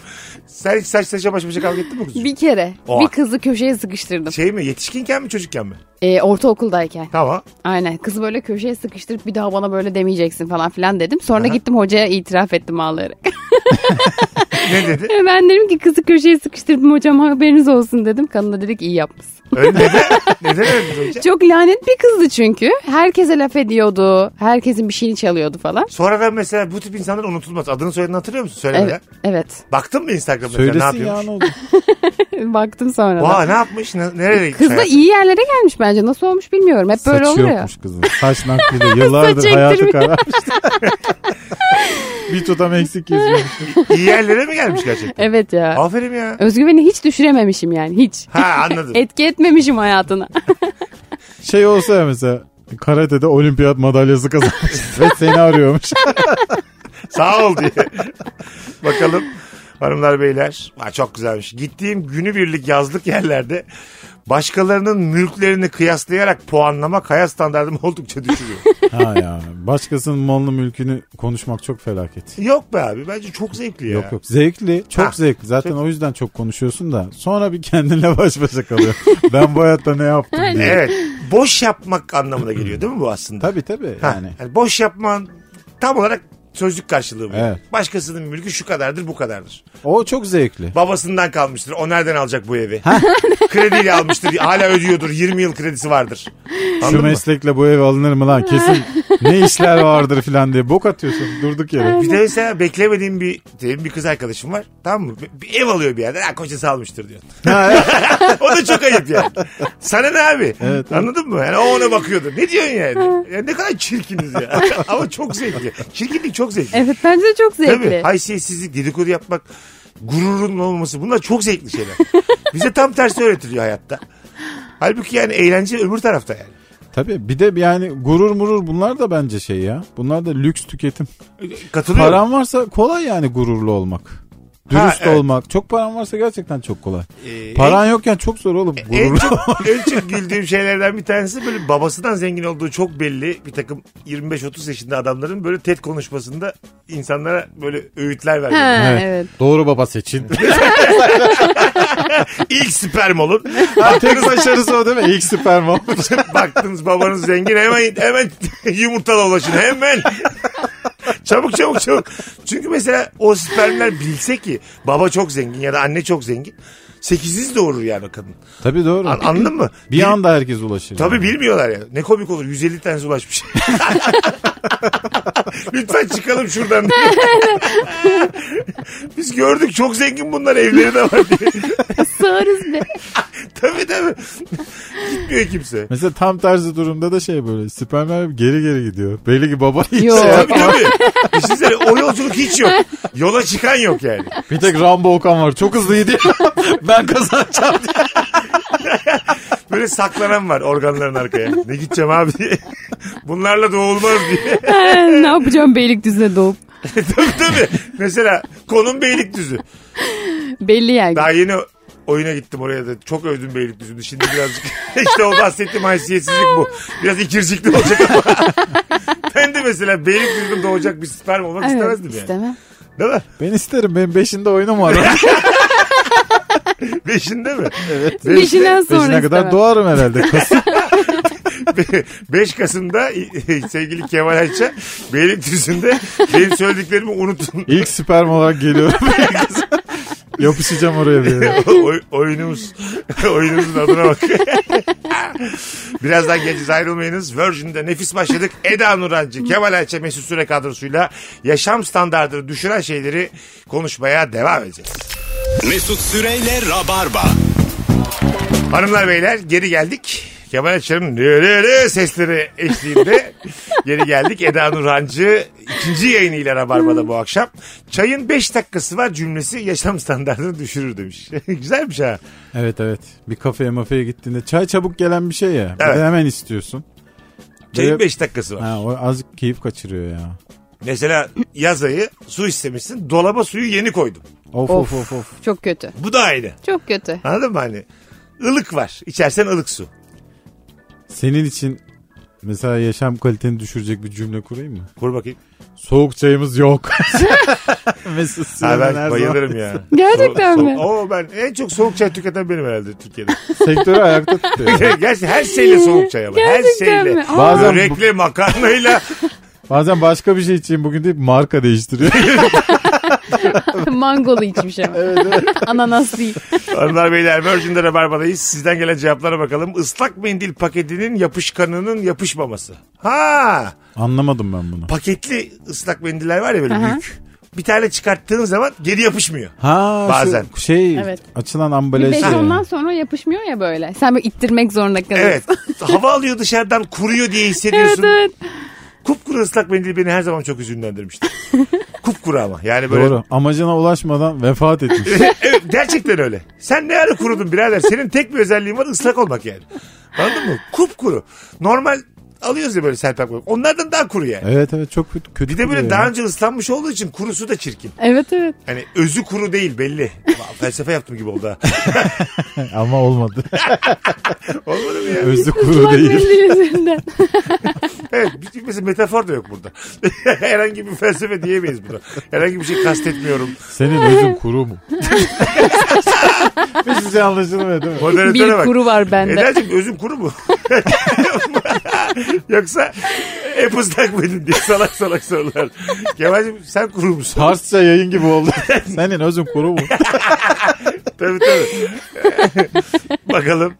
[SPEAKER 3] Sen hiç saç saça baş başa kavga ettin mi kuzucuğum?
[SPEAKER 5] Bir kere
[SPEAKER 3] Oha.
[SPEAKER 5] bir kızı köşeye sıkıştırdım.
[SPEAKER 3] Şey mi yetişkinken mi çocukken mi?
[SPEAKER 5] Ee, ortaokuldayken.
[SPEAKER 3] Tamam.
[SPEAKER 5] Aynen kızı böyle köşeye sıkıştırıp bir daha bana böyle demeyeceksin falan filan dedim. Sonra gittim hocaya itiraf ettim ağlayarak.
[SPEAKER 3] Ne dedi?
[SPEAKER 5] ben dedim ki kızı köşeye sıkıştırdım hocam haberiniz olsun dedim. Kadın da dedi ki iyi yapmışsın.
[SPEAKER 3] Öyle neden? Neden öyle dedi hocam?
[SPEAKER 5] Çok lanet bir kızdı çünkü. Herkese laf ediyordu. Herkesin bir şeyini çalıyordu falan.
[SPEAKER 3] Sonradan mesela bu tip insanlar unutulmaz. Adını soyadını hatırlıyor musun? Söyle
[SPEAKER 5] Evet.
[SPEAKER 3] bana.
[SPEAKER 5] evet.
[SPEAKER 3] Baktın mı Instagram'da ne
[SPEAKER 4] Söylesin ya
[SPEAKER 3] yapıyormuş?
[SPEAKER 4] ne olur.
[SPEAKER 5] Baktım sonra da.
[SPEAKER 3] Vaa ne yapmış? Ne, nereye gitmiş?
[SPEAKER 5] Kız da
[SPEAKER 3] hayatı?
[SPEAKER 5] iyi yerlere gelmiş bence. Nasıl olmuş bilmiyorum. Hep böyle
[SPEAKER 4] Saçı
[SPEAKER 5] olur ya.
[SPEAKER 4] yokmuş kızın. Saç nakliydi. Yıllardır
[SPEAKER 5] Saç
[SPEAKER 4] hayatı
[SPEAKER 5] ektirmiyor.
[SPEAKER 4] kararmıştı. bir tutam eksik geziyor.
[SPEAKER 3] İyi yerlere mi gelmiş gerçekten?
[SPEAKER 5] Evet ya.
[SPEAKER 3] Aferin ya.
[SPEAKER 5] Özgüveni hiç düşürememişim yani hiç.
[SPEAKER 3] Ha anladım.
[SPEAKER 5] Etki etmemişim hayatına.
[SPEAKER 4] Şey olsa ya mesela karatede olimpiyat madalyası kazanmış ve seni arıyormuş.
[SPEAKER 3] Sağ ol diye. Bakalım hanımlar beyler. Aa, çok güzelmiş. Gittiğim günübirlik yazlık yerlerde başkalarının mülklerini kıyaslayarak puanlamak hayat standartımı oldukça düşürüyor.
[SPEAKER 4] ha ya. Başkasının malını mülkünü konuşmak çok felaket.
[SPEAKER 3] yok be abi bence çok zevkli ya.
[SPEAKER 4] Yok yok zevkli çok
[SPEAKER 3] Ha.
[SPEAKER 4] zevkli zaten o yüzden çok konuşuyorsun da sonra bir kendinle baş başa kalıyor. ben bu hayatta ne yaptım diye.
[SPEAKER 3] Evet. Boş yapmak anlamına geliyor değil mi bu aslında?
[SPEAKER 4] Tabii tabii
[SPEAKER 3] Ha,
[SPEAKER 4] yani.
[SPEAKER 3] yani boş yapman tam olarak sözlük karşılığı bu.
[SPEAKER 4] Evet.
[SPEAKER 3] Başkasının mülkü şu kadardır bu kadardır.
[SPEAKER 4] O çok zevkli.
[SPEAKER 3] Babasından kalmıştır. O nereden alacak bu evi? Krediyle almıştır. Hala ödüyordur. 20 yıl kredisi vardır. Anladın
[SPEAKER 4] Şu
[SPEAKER 3] mı?
[SPEAKER 4] meslekle bu ev alınır mı lan kesin ne işler vardır filan diye bok atıyorsun durduk yere.
[SPEAKER 3] Bir de mesela beklemediğim bir diyelim bir kız arkadaşım var. Tamam mı? Bir- Bir ev alıyor bir yerden. Ha kocası almıştır diyor. o da çok ayıp yani. Sana ne abi? Anladın mı? Yani o ona bakıyordu. Ne diyorsun yani? Ya ne kadar çirkiniz ya. Ama çok zevkli. Çirkinlik çok zevkli.
[SPEAKER 5] Evet bence de çok
[SPEAKER 3] Tabii
[SPEAKER 5] zevkli.
[SPEAKER 3] haysiyetsizlik, dedikodu yapmak, gururun olması bunlar çok zevkli şeyler. Bize tam tersi öğretiliyor hayatta. Halbuki yani eğlence öbür tarafta yani.
[SPEAKER 4] Tabii bir de yani gurur murur bunlar da bence şey ya. Bunlar da lüks tüketim.
[SPEAKER 3] Katılıyorum.
[SPEAKER 4] Paran varsa kolay yani gururlu olmak. Dürüst
[SPEAKER 3] evet.
[SPEAKER 4] olmak. Çok paran varsa gerçekten çok kolay.
[SPEAKER 3] Ee,
[SPEAKER 4] Paran yokken çok zor oğlum
[SPEAKER 3] En
[SPEAKER 4] gururlu.
[SPEAKER 3] çok, en çok güldüğüm şeylerden bir tanesi böyle babasından zengin olduğu çok belli bir takım 25-30 yaşında adamların böyle TED konuşmasında insanlara böyle öğütler veriyor.
[SPEAKER 5] Ha,
[SPEAKER 4] Evet.
[SPEAKER 5] evet.
[SPEAKER 4] Doğru baba seçin.
[SPEAKER 3] İlk sperm olun.
[SPEAKER 4] Tek başarısı o değil mi? İlk süper mi olmuş?
[SPEAKER 3] Baktınız babanız zengin hemen hemen yumurtala ulaşın hemen. çabuk çabuk çabuk. Çünkü mesela o spermler bilse ki baba çok zengin ya da anne çok zengin. Sekiziz doğurur yani o kadın.
[SPEAKER 4] Tabii doğru.
[SPEAKER 3] An- anladın mı?
[SPEAKER 4] bir anda herkes ulaşır.
[SPEAKER 3] Tabii
[SPEAKER 4] yani.
[SPEAKER 3] bilmiyorlar ya. Ne komik olur. 150 tanesi ulaşmış. Lütfen çıkalım şuradan diye. Biz gördük çok zengin bunlar evleri de var diye.
[SPEAKER 5] Sığırız be.
[SPEAKER 3] tabii tabii. Gitmiyor kimse.
[SPEAKER 4] Mesela tam tersi durumda da şey böyle Superman geri geri gidiyor. Belli ki baba hiç
[SPEAKER 5] Yok.
[SPEAKER 4] şey
[SPEAKER 3] Tabii
[SPEAKER 4] yapmıyor.
[SPEAKER 3] tabii. Düşünsene o yolculuk hiç yok. Yola çıkan yok yani.
[SPEAKER 4] Bir tek Rambo Okan var. Çok hızlı gidiyor. ben kazanacağım diye.
[SPEAKER 3] Böyle saklanan var organların arkaya. Ne gideceğim abi diye. Bunlarla doğulmaz diye.
[SPEAKER 5] ne yapacağım Beylikdüzü'ne doğup?
[SPEAKER 3] tabii tabii. Mesela konum Beylikdüzü.
[SPEAKER 5] Belli yani.
[SPEAKER 3] Daha yeni oyuna gittim oraya da. Çok övdüm Beylikdüzü'nü. Şimdi birazcık işte o bahsettiğim haysiyetsizlik bu. Biraz ikircikli olacak ama. ben de mesela Beylikdüzü'nde doğacak bir sperm olmak
[SPEAKER 5] Evet,
[SPEAKER 3] istemezdim yani.
[SPEAKER 5] istemem.
[SPEAKER 3] Değil mi?
[SPEAKER 4] Ben isterim. Benim beşinde oyunum var.
[SPEAKER 3] Beşinde mi? Evet.
[SPEAKER 5] Beşinden sonra
[SPEAKER 4] Beşine kadar
[SPEAKER 5] istemem.
[SPEAKER 4] doğarım herhalde. Kasım.
[SPEAKER 3] 5 Kasım'da sevgili Kemal Ayça Beylikdüzü'nde benim söylediklerimi unutun.
[SPEAKER 4] İlk Superman olarak geliyorum. Yapışacağım oraya bir yere.
[SPEAKER 3] Oy- oyunumuz. Oyunumuzun adına bak. Birazdan geleceğiz ayrılmayınız. Virgin'de nefis başladık. Eda Nurancı, Kemal Ayça, Mesut Süre kadrosuyla yaşam standartını düşüren şeyleri konuşmaya devam edeceğiz.
[SPEAKER 2] Mesut Süreyle Rabarba.
[SPEAKER 3] Hanımlar beyler geri geldik. Kemal Açar'ın nörörö sesleri eşliğinde geri geldik. Eda Nurhancı ikinci yayınıyla Rabarba'da bu akşam. Çayın 5 dakikası var cümlesi yaşam standartını düşürür demiş. Güzelmiş ha.
[SPEAKER 4] Evet evet. Bir kafeye mafeye gittiğinde çay çabuk gelen bir şey ya. Bir de
[SPEAKER 3] Evet.
[SPEAKER 4] hemen istiyorsun.
[SPEAKER 3] Çayın
[SPEAKER 4] Böyle-
[SPEAKER 3] 5 dakikası var.
[SPEAKER 4] Ha, o azıcık keyif kaçırıyor ya.
[SPEAKER 3] Mesela yaz ayı su istemişsin dolaba suyu yeni koydum.
[SPEAKER 4] Of of
[SPEAKER 5] Of.
[SPEAKER 4] of of.
[SPEAKER 5] Çok kötü.
[SPEAKER 3] Bu da aynı.
[SPEAKER 5] Çok kötü.
[SPEAKER 3] Anladın mı hani? Ilık var. İçersen ılık su.
[SPEAKER 4] Senin için mesela yaşam kaliteni düşürecek bir cümle kurayım mı?
[SPEAKER 3] Kur bakayım.
[SPEAKER 4] Soğuk çayımız yok. Mesut
[SPEAKER 3] Ha,
[SPEAKER 4] Süren'in
[SPEAKER 3] ben
[SPEAKER 4] her
[SPEAKER 3] bayılırım ya.
[SPEAKER 5] Gerçekten
[SPEAKER 3] So-
[SPEAKER 5] mi?
[SPEAKER 3] Oo, ben en çok soğuk çay tüketen benim herhalde Türkiye'de. Şey,
[SPEAKER 4] zaman sektörü ayakta tutuyor.
[SPEAKER 3] Gerçi her şeyle soğuk çay ama. Her
[SPEAKER 5] Gerçekten
[SPEAKER 3] şeyle.
[SPEAKER 5] mi? Aa.
[SPEAKER 4] Bazen bu-
[SPEAKER 3] Börekle, makarnayla.
[SPEAKER 4] Bazen başka bir şey içeyim bugün deyip marka değiştiriyor.
[SPEAKER 5] Mangolu içmiş ama. Ananas değil.
[SPEAKER 3] Hanımlar beyler Virgin'de Rabarba'dayız. Sizden gelen cevaplara bakalım. Islak mendil paketinin yapışkanının yapışmaması. Ha!
[SPEAKER 4] Anlamadım ben bunu.
[SPEAKER 3] Paketli ıslak mendiller var ya böyle büyük. Bir tane çıkarttığın zaman geri yapışmıyor.
[SPEAKER 4] Ha şu
[SPEAKER 3] Bazen.
[SPEAKER 4] şey
[SPEAKER 5] Evet.
[SPEAKER 4] açılan
[SPEAKER 5] Bir
[SPEAKER 4] ambalaj.
[SPEAKER 5] beş
[SPEAKER 4] şey.
[SPEAKER 5] ondan sonra yapışmıyor ya böyle. Sen böyle ittirmek zorunda kalıyorsun.
[SPEAKER 3] Evet. Hava alıyor dışarıdan kuruyor diye
[SPEAKER 5] Evet
[SPEAKER 3] hissediyorsun.
[SPEAKER 5] evet.
[SPEAKER 3] Kupkuru ıslak mendil beni her zaman çok üzünlendirmişti. Kupkuru ama. Yani böyle
[SPEAKER 4] Doğru. Amacına ulaşmadan vefat etmiş.
[SPEAKER 3] evet, gerçekten öyle. Sen ne ara kurudun birader? Senin tek bir özelliğin var ıslak olmak yani. Anladın mı? Kupkuru. Normal alıyoruz ya böyle serpak. koyup. Onlardan daha kuru yani.
[SPEAKER 4] evet evet çok kötü. kötü
[SPEAKER 3] Bir de
[SPEAKER 4] duruyor
[SPEAKER 3] böyle
[SPEAKER 4] ya.
[SPEAKER 3] daha önce ıslanmış olduğu için kurusu da çirkin.
[SPEAKER 5] Evet evet.
[SPEAKER 3] Hani özü kuru değil belli. Felsefe yaptım gibi oldu ha.
[SPEAKER 4] Ama olmadı.
[SPEAKER 3] Olmadı mı ya?
[SPEAKER 4] Özü kuru
[SPEAKER 5] Kulak
[SPEAKER 4] değil.
[SPEAKER 5] mendili yüzünden.
[SPEAKER 3] Evet. bir- Mesela metafor da yok burada. Herhangi bir felsefe diyemeyiz buna. Herhangi bir şey kastetmiyorum.
[SPEAKER 4] Senin özün kuru mu? Hiçbir şey anlaşılmıyor değil mi?
[SPEAKER 3] Moderatöre
[SPEAKER 5] Bir
[SPEAKER 3] bak.
[SPEAKER 5] kuru var bende.
[SPEAKER 3] Eda'cığım özüm kuru mu? Yoksa hep ıslak mıydın diye salak salak sorular. Kemal'cim sen kuru musun?
[SPEAKER 4] Farsça yayın gibi oldu. Senin özün kuru mu?
[SPEAKER 3] tabii tabii. Bakalım.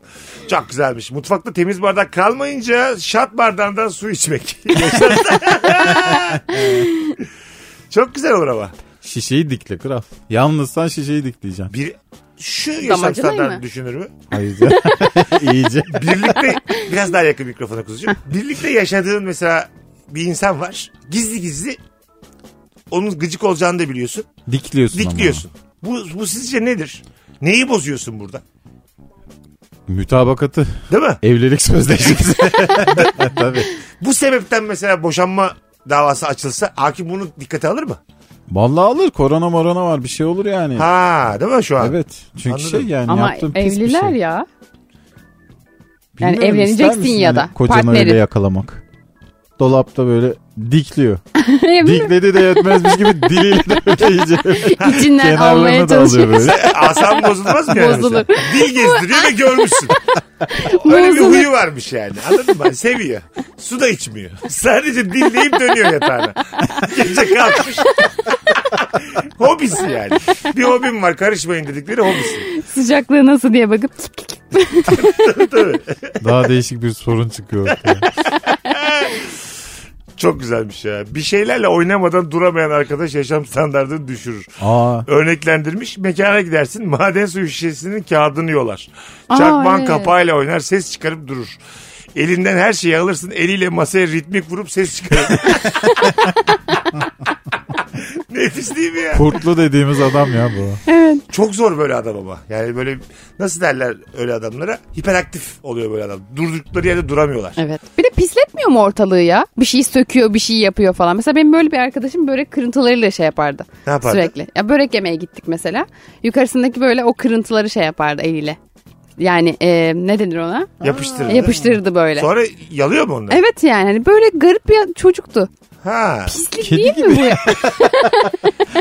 [SPEAKER 3] Çok güzelmiş. Mutfakta temiz bardak kalmayınca şat bardağından su içmek. Çok güzel olur ama.
[SPEAKER 4] Şişeyi dikle kral. Yalnızsan şişeyi dikleyeceğim.
[SPEAKER 3] Bir şu
[SPEAKER 5] Damacanayı
[SPEAKER 3] yaşamdan
[SPEAKER 5] mı?
[SPEAKER 3] düşünür mü?
[SPEAKER 4] Hayır canım. İyice.
[SPEAKER 3] Birlikte biraz daha yakın mikrofona kuzucuğum. Birlikte yaşadığın mesela bir insan var. Gizli gizli onun gıcık olacağını da biliyorsun.
[SPEAKER 4] Dikliyorsun ama.
[SPEAKER 3] Dikliyorsun. Bu, bu sizce nedir? Neyi bozuyorsun burada?
[SPEAKER 4] Mütabakatı.
[SPEAKER 3] Değil mi?
[SPEAKER 4] Evlilik sözleşmesi. Tabii.
[SPEAKER 3] Bu sebepten mesela boşanma davası açılsa hakim bunu dikkate alır mı?
[SPEAKER 4] Vallahi alır. Korona morona var. Bir şey olur yani.
[SPEAKER 3] Ha, değil mi şu an?
[SPEAKER 4] Evet. Çünkü
[SPEAKER 3] Anladım.
[SPEAKER 4] şey yani
[SPEAKER 5] Ama
[SPEAKER 4] yaptığın pis bir şey.
[SPEAKER 5] evliler ya. Yani
[SPEAKER 4] Bilmiyorum,
[SPEAKER 5] evleneceksin
[SPEAKER 4] ister misin
[SPEAKER 5] ya da
[SPEAKER 4] hani Kocanı
[SPEAKER 5] partneri.
[SPEAKER 4] öyle yakalamak. Dolapta böyle dikliyor.
[SPEAKER 5] Dik,
[SPEAKER 4] Dikledi de yetmezmiş gibi diliyle de böyle iyice.
[SPEAKER 5] İçinden almaya
[SPEAKER 4] Kenarlarını da alıyor
[SPEAKER 5] çalışıyor.
[SPEAKER 4] böyle.
[SPEAKER 3] Asam bozulmaz mı yani?
[SPEAKER 5] Bozulur.
[SPEAKER 3] mesela? Dil gezdiriyor ve görmüşsün. Öyle bir
[SPEAKER 5] Bozulur.
[SPEAKER 3] huyu varmış yani. Anladın mı? Hani Seviyor. Su da içmiyor. Sadece dinleyip dönüyor yatağına. Gece kalkmış. hobisi yani. Bir hobim var karışmayın dedikleri hobisi.
[SPEAKER 5] Sıcaklığı nasıl diye bakıp
[SPEAKER 4] Daha değişik bir sorun çıkıyor. ortaya.
[SPEAKER 3] Çok güzelmiş ya. Bir şeylerle oynamadan duramayan arkadaş yaşam standartını düşürür.
[SPEAKER 4] Aa,
[SPEAKER 3] Örneklendirmiş mekana gidersin maden suyu şişesinin kağıdını yolar.
[SPEAKER 5] Aa,
[SPEAKER 3] Çakman
[SPEAKER 5] evet.
[SPEAKER 3] kapağıyla oynar ses çıkarıp durur. Elinden her şeyi alırsın eliyle masaya ritmik vurup ses çıkarır. Nefis değil mi ya?
[SPEAKER 4] kurtlu dediğimiz adam ya bu.
[SPEAKER 3] Çok zor böyle adam ama. Yani böyle nasıl derler öyle adamlara? Hiperaktif oluyor böyle adam. Durdukları yerde duramıyorlar.
[SPEAKER 5] Evet. Bir de pisletmiyor mu ortalığı ya? Bir şey söküyor, bir şey yapıyor falan. Mesela benim böyle bir arkadaşım börek kırıntılarıyla şey yapardı.
[SPEAKER 3] Ne yapardı?
[SPEAKER 5] Sürekli. Ya börek yemeye gittik mesela. Yukarısındaki böyle o kırıntıları şey yapardı eliyle. Yani e, ne denir ona?
[SPEAKER 3] Yapıştırır.
[SPEAKER 5] Yapıştırırdı böyle.
[SPEAKER 3] Sonra yalıyor mu onları?
[SPEAKER 5] Evet yani hani böyle garip bir çocuktu.
[SPEAKER 3] Ha.
[SPEAKER 5] Pislik
[SPEAKER 4] Kedi
[SPEAKER 5] değil mi bu? ya?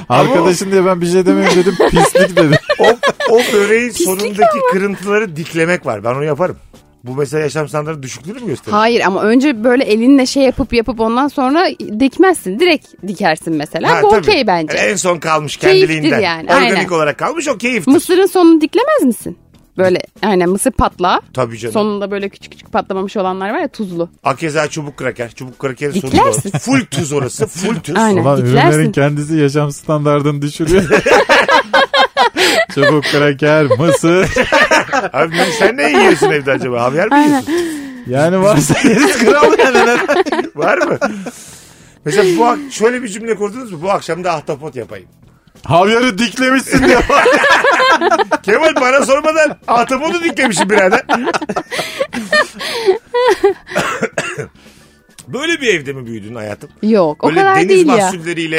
[SPEAKER 4] Arkadaşın diye ben bir şey demeyeyim dedim pislik dedi.
[SPEAKER 3] O, o böreğin sonundaki kırıntıları diklemek var. Ben onu yaparım. Bu mesela yaşam standartı düşüklüğünü mü gösteriyor?
[SPEAKER 5] Hayır ama önce böyle elinle şey yapıp yapıp ondan sonra dikmezsin. Direkt dikersin mesela.
[SPEAKER 3] Ha,
[SPEAKER 5] bu
[SPEAKER 3] tabii.
[SPEAKER 5] okey bence.
[SPEAKER 3] En son kalmış
[SPEAKER 5] Keyiftir
[SPEAKER 3] kendiliğinden.
[SPEAKER 5] yani,
[SPEAKER 3] Organik
[SPEAKER 5] aynen.
[SPEAKER 3] olarak kalmış o keyiftir.
[SPEAKER 5] Mısırın sonunu diklemez misin? Böyle aynen mısır patlağı.
[SPEAKER 3] Tabii canım.
[SPEAKER 5] Sonunda böyle küçük küçük patlamamış olanlar var ya tuzlu.
[SPEAKER 3] Akeza çubuk kraker. Çubuk krakerin sonunda.
[SPEAKER 5] Diklersin.
[SPEAKER 3] o. Full tuz orası. Full tuz.
[SPEAKER 5] Aynen
[SPEAKER 4] Ulan
[SPEAKER 5] diklersin.
[SPEAKER 4] ürünlerin kendisi yaşam standartını düşürüyor. Çubuk kraker, mısır.
[SPEAKER 3] Abi sen ne yiyorsun evde acaba? Havyar mı
[SPEAKER 5] Aynen.
[SPEAKER 3] yiyorsun?
[SPEAKER 4] Yani varsa yeriz kral yani. Neden?
[SPEAKER 3] Var mı? Mesela bu ak- şöyle bir cümle kurdunuz mu? Bu akşam da ahtapot yapayım.
[SPEAKER 4] Havyarı diklemişsin diye.
[SPEAKER 3] Kemal bana sormadan ahtapotu diklemişim birader. Böyle bir evde mi büyüdün hayatım?
[SPEAKER 5] Yok o
[SPEAKER 3] Böyle
[SPEAKER 5] kadar
[SPEAKER 3] deniz
[SPEAKER 5] değil ya.
[SPEAKER 3] mahsulleriyle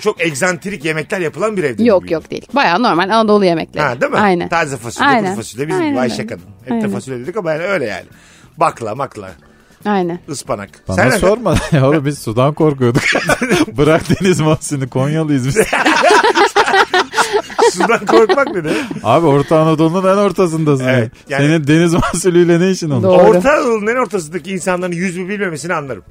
[SPEAKER 3] çok egzantrik yemekler yapılan bir evde mi
[SPEAKER 5] Yok
[SPEAKER 3] büyüdün?
[SPEAKER 5] yok değil. Baya normal Anadolu yemekleri.
[SPEAKER 3] Ha değil mi?
[SPEAKER 5] Aynen.
[SPEAKER 3] Taze fasulye,
[SPEAKER 5] Aynen.
[SPEAKER 3] kuru fasulye bizim gibi
[SPEAKER 5] Aynen
[SPEAKER 3] Ayşe
[SPEAKER 5] öyle.
[SPEAKER 3] kadın. Hep de
[SPEAKER 5] Aynen.
[SPEAKER 3] fasulye dedik ama yani öyle yani. Bakla makla,
[SPEAKER 5] Aynen.
[SPEAKER 3] ıspanak.
[SPEAKER 4] Bana
[SPEAKER 3] ne-
[SPEAKER 4] sorma. Yavrum biz sudan korkuyorduk. Bırak deniz mahsulünü Konyalıyız biz.
[SPEAKER 3] Sudan korkmak ne demek?
[SPEAKER 4] Abi Orta Anadolu'nun en ortasındasın.
[SPEAKER 3] Evet,
[SPEAKER 4] yani.
[SPEAKER 3] yani-
[SPEAKER 4] Senin deniz mahsulüyle ne işin olur?
[SPEAKER 5] Doğru.
[SPEAKER 3] Orta Anadolu'nun en ortasındaki insanların yüzümü bilmemesini anlarım.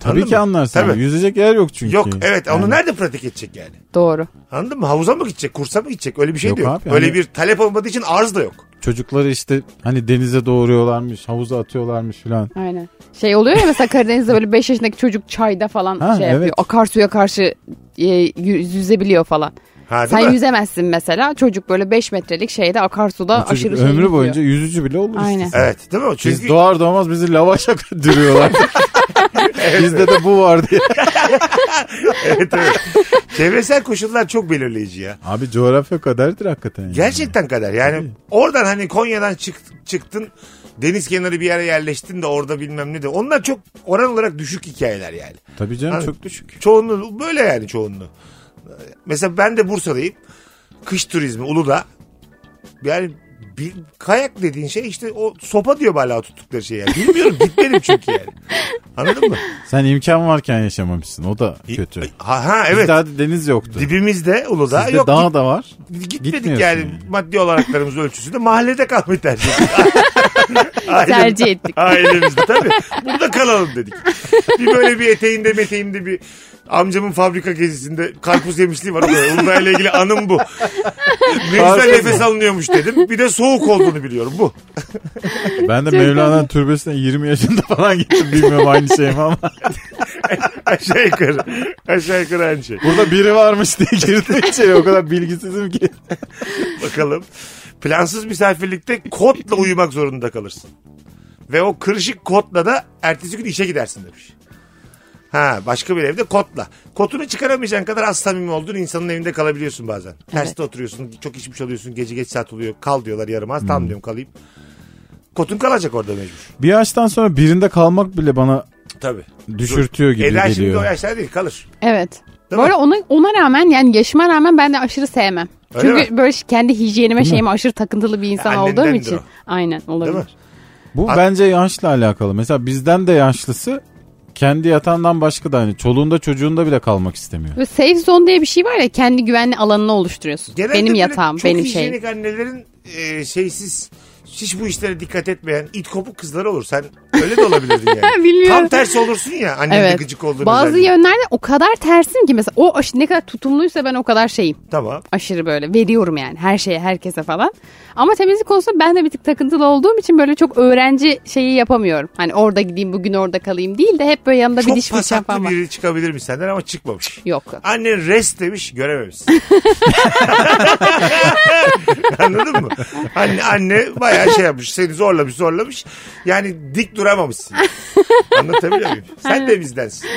[SPEAKER 4] Tabii
[SPEAKER 3] Anladın
[SPEAKER 4] ki
[SPEAKER 3] mı?
[SPEAKER 4] anlarsın.
[SPEAKER 3] Tabii.
[SPEAKER 4] Yüzecek yer yok çünkü.
[SPEAKER 3] Yok evet onu nerede pratik edecek yani?
[SPEAKER 5] Doğru.
[SPEAKER 3] Anladın mı? Havuza mı gidecek? Kursa mı gidecek? Öyle bir şey
[SPEAKER 4] Yok
[SPEAKER 3] de yok.
[SPEAKER 4] abi,
[SPEAKER 3] Öyle
[SPEAKER 4] hani-
[SPEAKER 3] bir talep olmadığı için arz da yok.
[SPEAKER 4] Çocukları işte hani denize doğuruyorlarmış, havuza atıyorlarmış filan.
[SPEAKER 5] Aynen. Şey oluyor ya mesela Karadeniz'de böyle 5 yaşındaki çocuk çayda falan
[SPEAKER 4] Ha,
[SPEAKER 5] şey
[SPEAKER 4] evet.
[SPEAKER 5] yapıyor. Akarsuya karşı e, yüz- yüzebiliyor falan.
[SPEAKER 3] Ha,
[SPEAKER 5] Sen
[SPEAKER 3] değil mi?
[SPEAKER 5] yüzemezsin mesela. Çocuk böyle 5 metrelik şeyde akarsuda
[SPEAKER 4] Çocuk
[SPEAKER 5] aşırı şey
[SPEAKER 4] ömrü
[SPEAKER 5] yüzüyor.
[SPEAKER 4] boyunca yüzücü bile olur
[SPEAKER 5] Aynen.
[SPEAKER 4] işte.
[SPEAKER 3] Evet değil mi? Çünkü
[SPEAKER 4] Biz doğar doğmaz bizi lavaşa dürüyorlar. Bizde de bu var diye.
[SPEAKER 3] evet, evet. çevresel koşullar çok belirleyici ya.
[SPEAKER 4] Abi coğrafya kaderdir hakikaten. yani.
[SPEAKER 3] Gerçekten kadar. Yani oradan hani Konya'dan çık- çıktın deniz kenarı bir yere yerleştin de orada bilmem ne de. Onlar çok oran olarak düşük hikayeler yani.
[SPEAKER 4] Tabii canım
[SPEAKER 3] Hani
[SPEAKER 4] çok düşük.
[SPEAKER 3] Çoğunluğu böyle yani çoğunluğu. Mesela ben de Bursa'dayım. Kış turizmi Uludağ. Yani bir, kayak dediğin şey işte o sopa diyor hala tuttukları şey yani. Bilmiyorum gitmedim çünkü yani. Anladın mı?
[SPEAKER 4] Sen imkan varken yaşamamışsın. O da kötü.
[SPEAKER 3] Ha, ha
[SPEAKER 4] Evet.
[SPEAKER 3] evet.
[SPEAKER 4] Bizde deniz yoktu.
[SPEAKER 3] Dibimizde Uludağ
[SPEAKER 4] Bizde
[SPEAKER 3] yok.
[SPEAKER 4] dağ da var.
[SPEAKER 3] Gitmedik
[SPEAKER 4] Gitmiyorsun
[SPEAKER 3] yani,
[SPEAKER 4] yani.
[SPEAKER 3] maddi olaraklarımız ölçüsünde mahallede kalmayı tercih ettik. Ailem-
[SPEAKER 5] Tercih ettik.
[SPEAKER 3] Ailemizde tabii. Burada kalalım dedik. Bir böyle bir eteğinde meteğimde bir amcamın fabrika gezisinde karpuz yemişliği var. Uludağ ile ilgili anım bu. Ne güzel
[SPEAKER 4] Karpuz
[SPEAKER 3] nefes alınıyormuş dedim. Bir de soğuk olduğunu biliyorum bu.
[SPEAKER 4] Ben de Mevlana türbesine 20 yaşında falan gittim. Bilmiyorum aynı şey mi ama.
[SPEAKER 3] Aşağı yukarı. Aşağı yukarı aynı şey.
[SPEAKER 4] Burada biri varmış diye girdim içeri. O kadar bilgisizim ki.
[SPEAKER 3] Bakalım. Plansız misafirlikte kotla uyumak zorunda kalırsın. Ve o kırışık kotla da ertesi gün işe gidersin demiş. Ha başka bir evde kotla. Kotunu çıkaramayacağın kadar az samimi olduğun insanın evinde kalabiliyorsun bazen. Terste oturuyorsun, çok içmiş oluyorsun, gece geç saat oluyor. Kal diyorlar yarım az, tamam diyorum kalayım. Kotun kalacak orada mecbur.
[SPEAKER 4] Bir yaştan sonra birinde kalmak bile bana
[SPEAKER 3] Tabii.
[SPEAKER 4] düşürtüyor gibi
[SPEAKER 3] Eda şimdi o
[SPEAKER 4] geliyor.
[SPEAKER 3] yaşlarda değil kalır.
[SPEAKER 5] Evet.
[SPEAKER 3] Değil
[SPEAKER 5] Bu
[SPEAKER 3] mi?
[SPEAKER 5] arada ona, ona rağmen yani yaşıma rağmen ben de aşırı sevmem.
[SPEAKER 3] Öyle
[SPEAKER 5] Çünkü böyle kendi hijyenime şeyime aşırı takıntılı bir insan olduğum
[SPEAKER 3] Annendendir
[SPEAKER 5] için.
[SPEAKER 3] o.
[SPEAKER 5] Aynen
[SPEAKER 3] Değil mi?
[SPEAKER 5] olabilir.
[SPEAKER 4] Bu
[SPEAKER 3] At-
[SPEAKER 4] bence yaşla alakalı. Mesela bizden de yaşlısı kendi yatağından başka da hani çoluğunda çocuğunda bile kalmak istemiyor.
[SPEAKER 5] Böyle safe zone diye bir şey var ya kendi güvenli alanını oluşturuyorsun.
[SPEAKER 3] Genelde
[SPEAKER 5] benim
[SPEAKER 3] böyle
[SPEAKER 5] yatağım,
[SPEAKER 3] çok
[SPEAKER 5] benim şey.
[SPEAKER 3] hijyenik
[SPEAKER 5] şeyim.
[SPEAKER 3] annelerin e, şeysiz hiç bu işlere dikkat etmeyen it kopuk kızları olur. Sen öyle de olabilirdin yani.
[SPEAKER 5] Bilmiyorum.
[SPEAKER 3] Tam tersi olursun ya annenin de
[SPEAKER 5] Evet.
[SPEAKER 3] gıcık olduğunu.
[SPEAKER 5] Bazı yönlerde o kadar tersim ki mesela o aş- ne kadar tutumluysa ben o kadar şeyim.
[SPEAKER 3] Tamam.
[SPEAKER 5] Aşırı böyle veriyorum yani her şeye herkese falan. Ama temizlik konusunda ben de bir tık takıntılı olduğum için böyle çok öğrenci şeyi yapamıyorum. Hani orada gideyim bugün orada kalayım değil de hep böyle yanımda bir
[SPEAKER 3] Çok
[SPEAKER 5] diş fırçam falan
[SPEAKER 3] pasaklı
[SPEAKER 5] var.
[SPEAKER 3] biri çıkabilirmiş senden ama çıkmamış.
[SPEAKER 5] Yok.
[SPEAKER 3] Annen rest demiş görememiş. Anladın mı? Anne, anne bayağı şey yapmış. Seni zorlamış zorlamış. Yani dik duramamışsın. Anlatabiliyor muyum? Sen de bizdensin.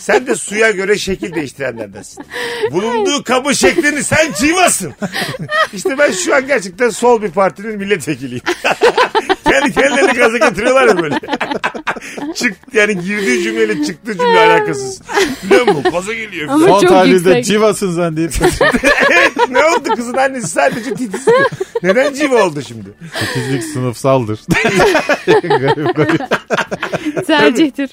[SPEAKER 3] Sen de suya göre şekil değiştirenlerdensin. Bulunduğu kabın şeklini sen çiğmasın. işte ben şu an gerçekten sol bir partinin milletvekiliyim. Kendi kendilerini gaza getiriyorlar ya böyle. Çık, yani girdiği cümleyle çıktığı cümle alakasız. Biliyor musun? Gaza geliyor.
[SPEAKER 5] Ama
[SPEAKER 4] Son
[SPEAKER 5] çok
[SPEAKER 4] tahlilde
[SPEAKER 5] yüksek.
[SPEAKER 4] civasın sen deyip
[SPEAKER 3] ne oldu kızın annesi sadece titiz. Neden civa oldu şimdi?
[SPEAKER 4] ikizlik sınıfsaldır. Garip, garip.
[SPEAKER 5] Tercihtir.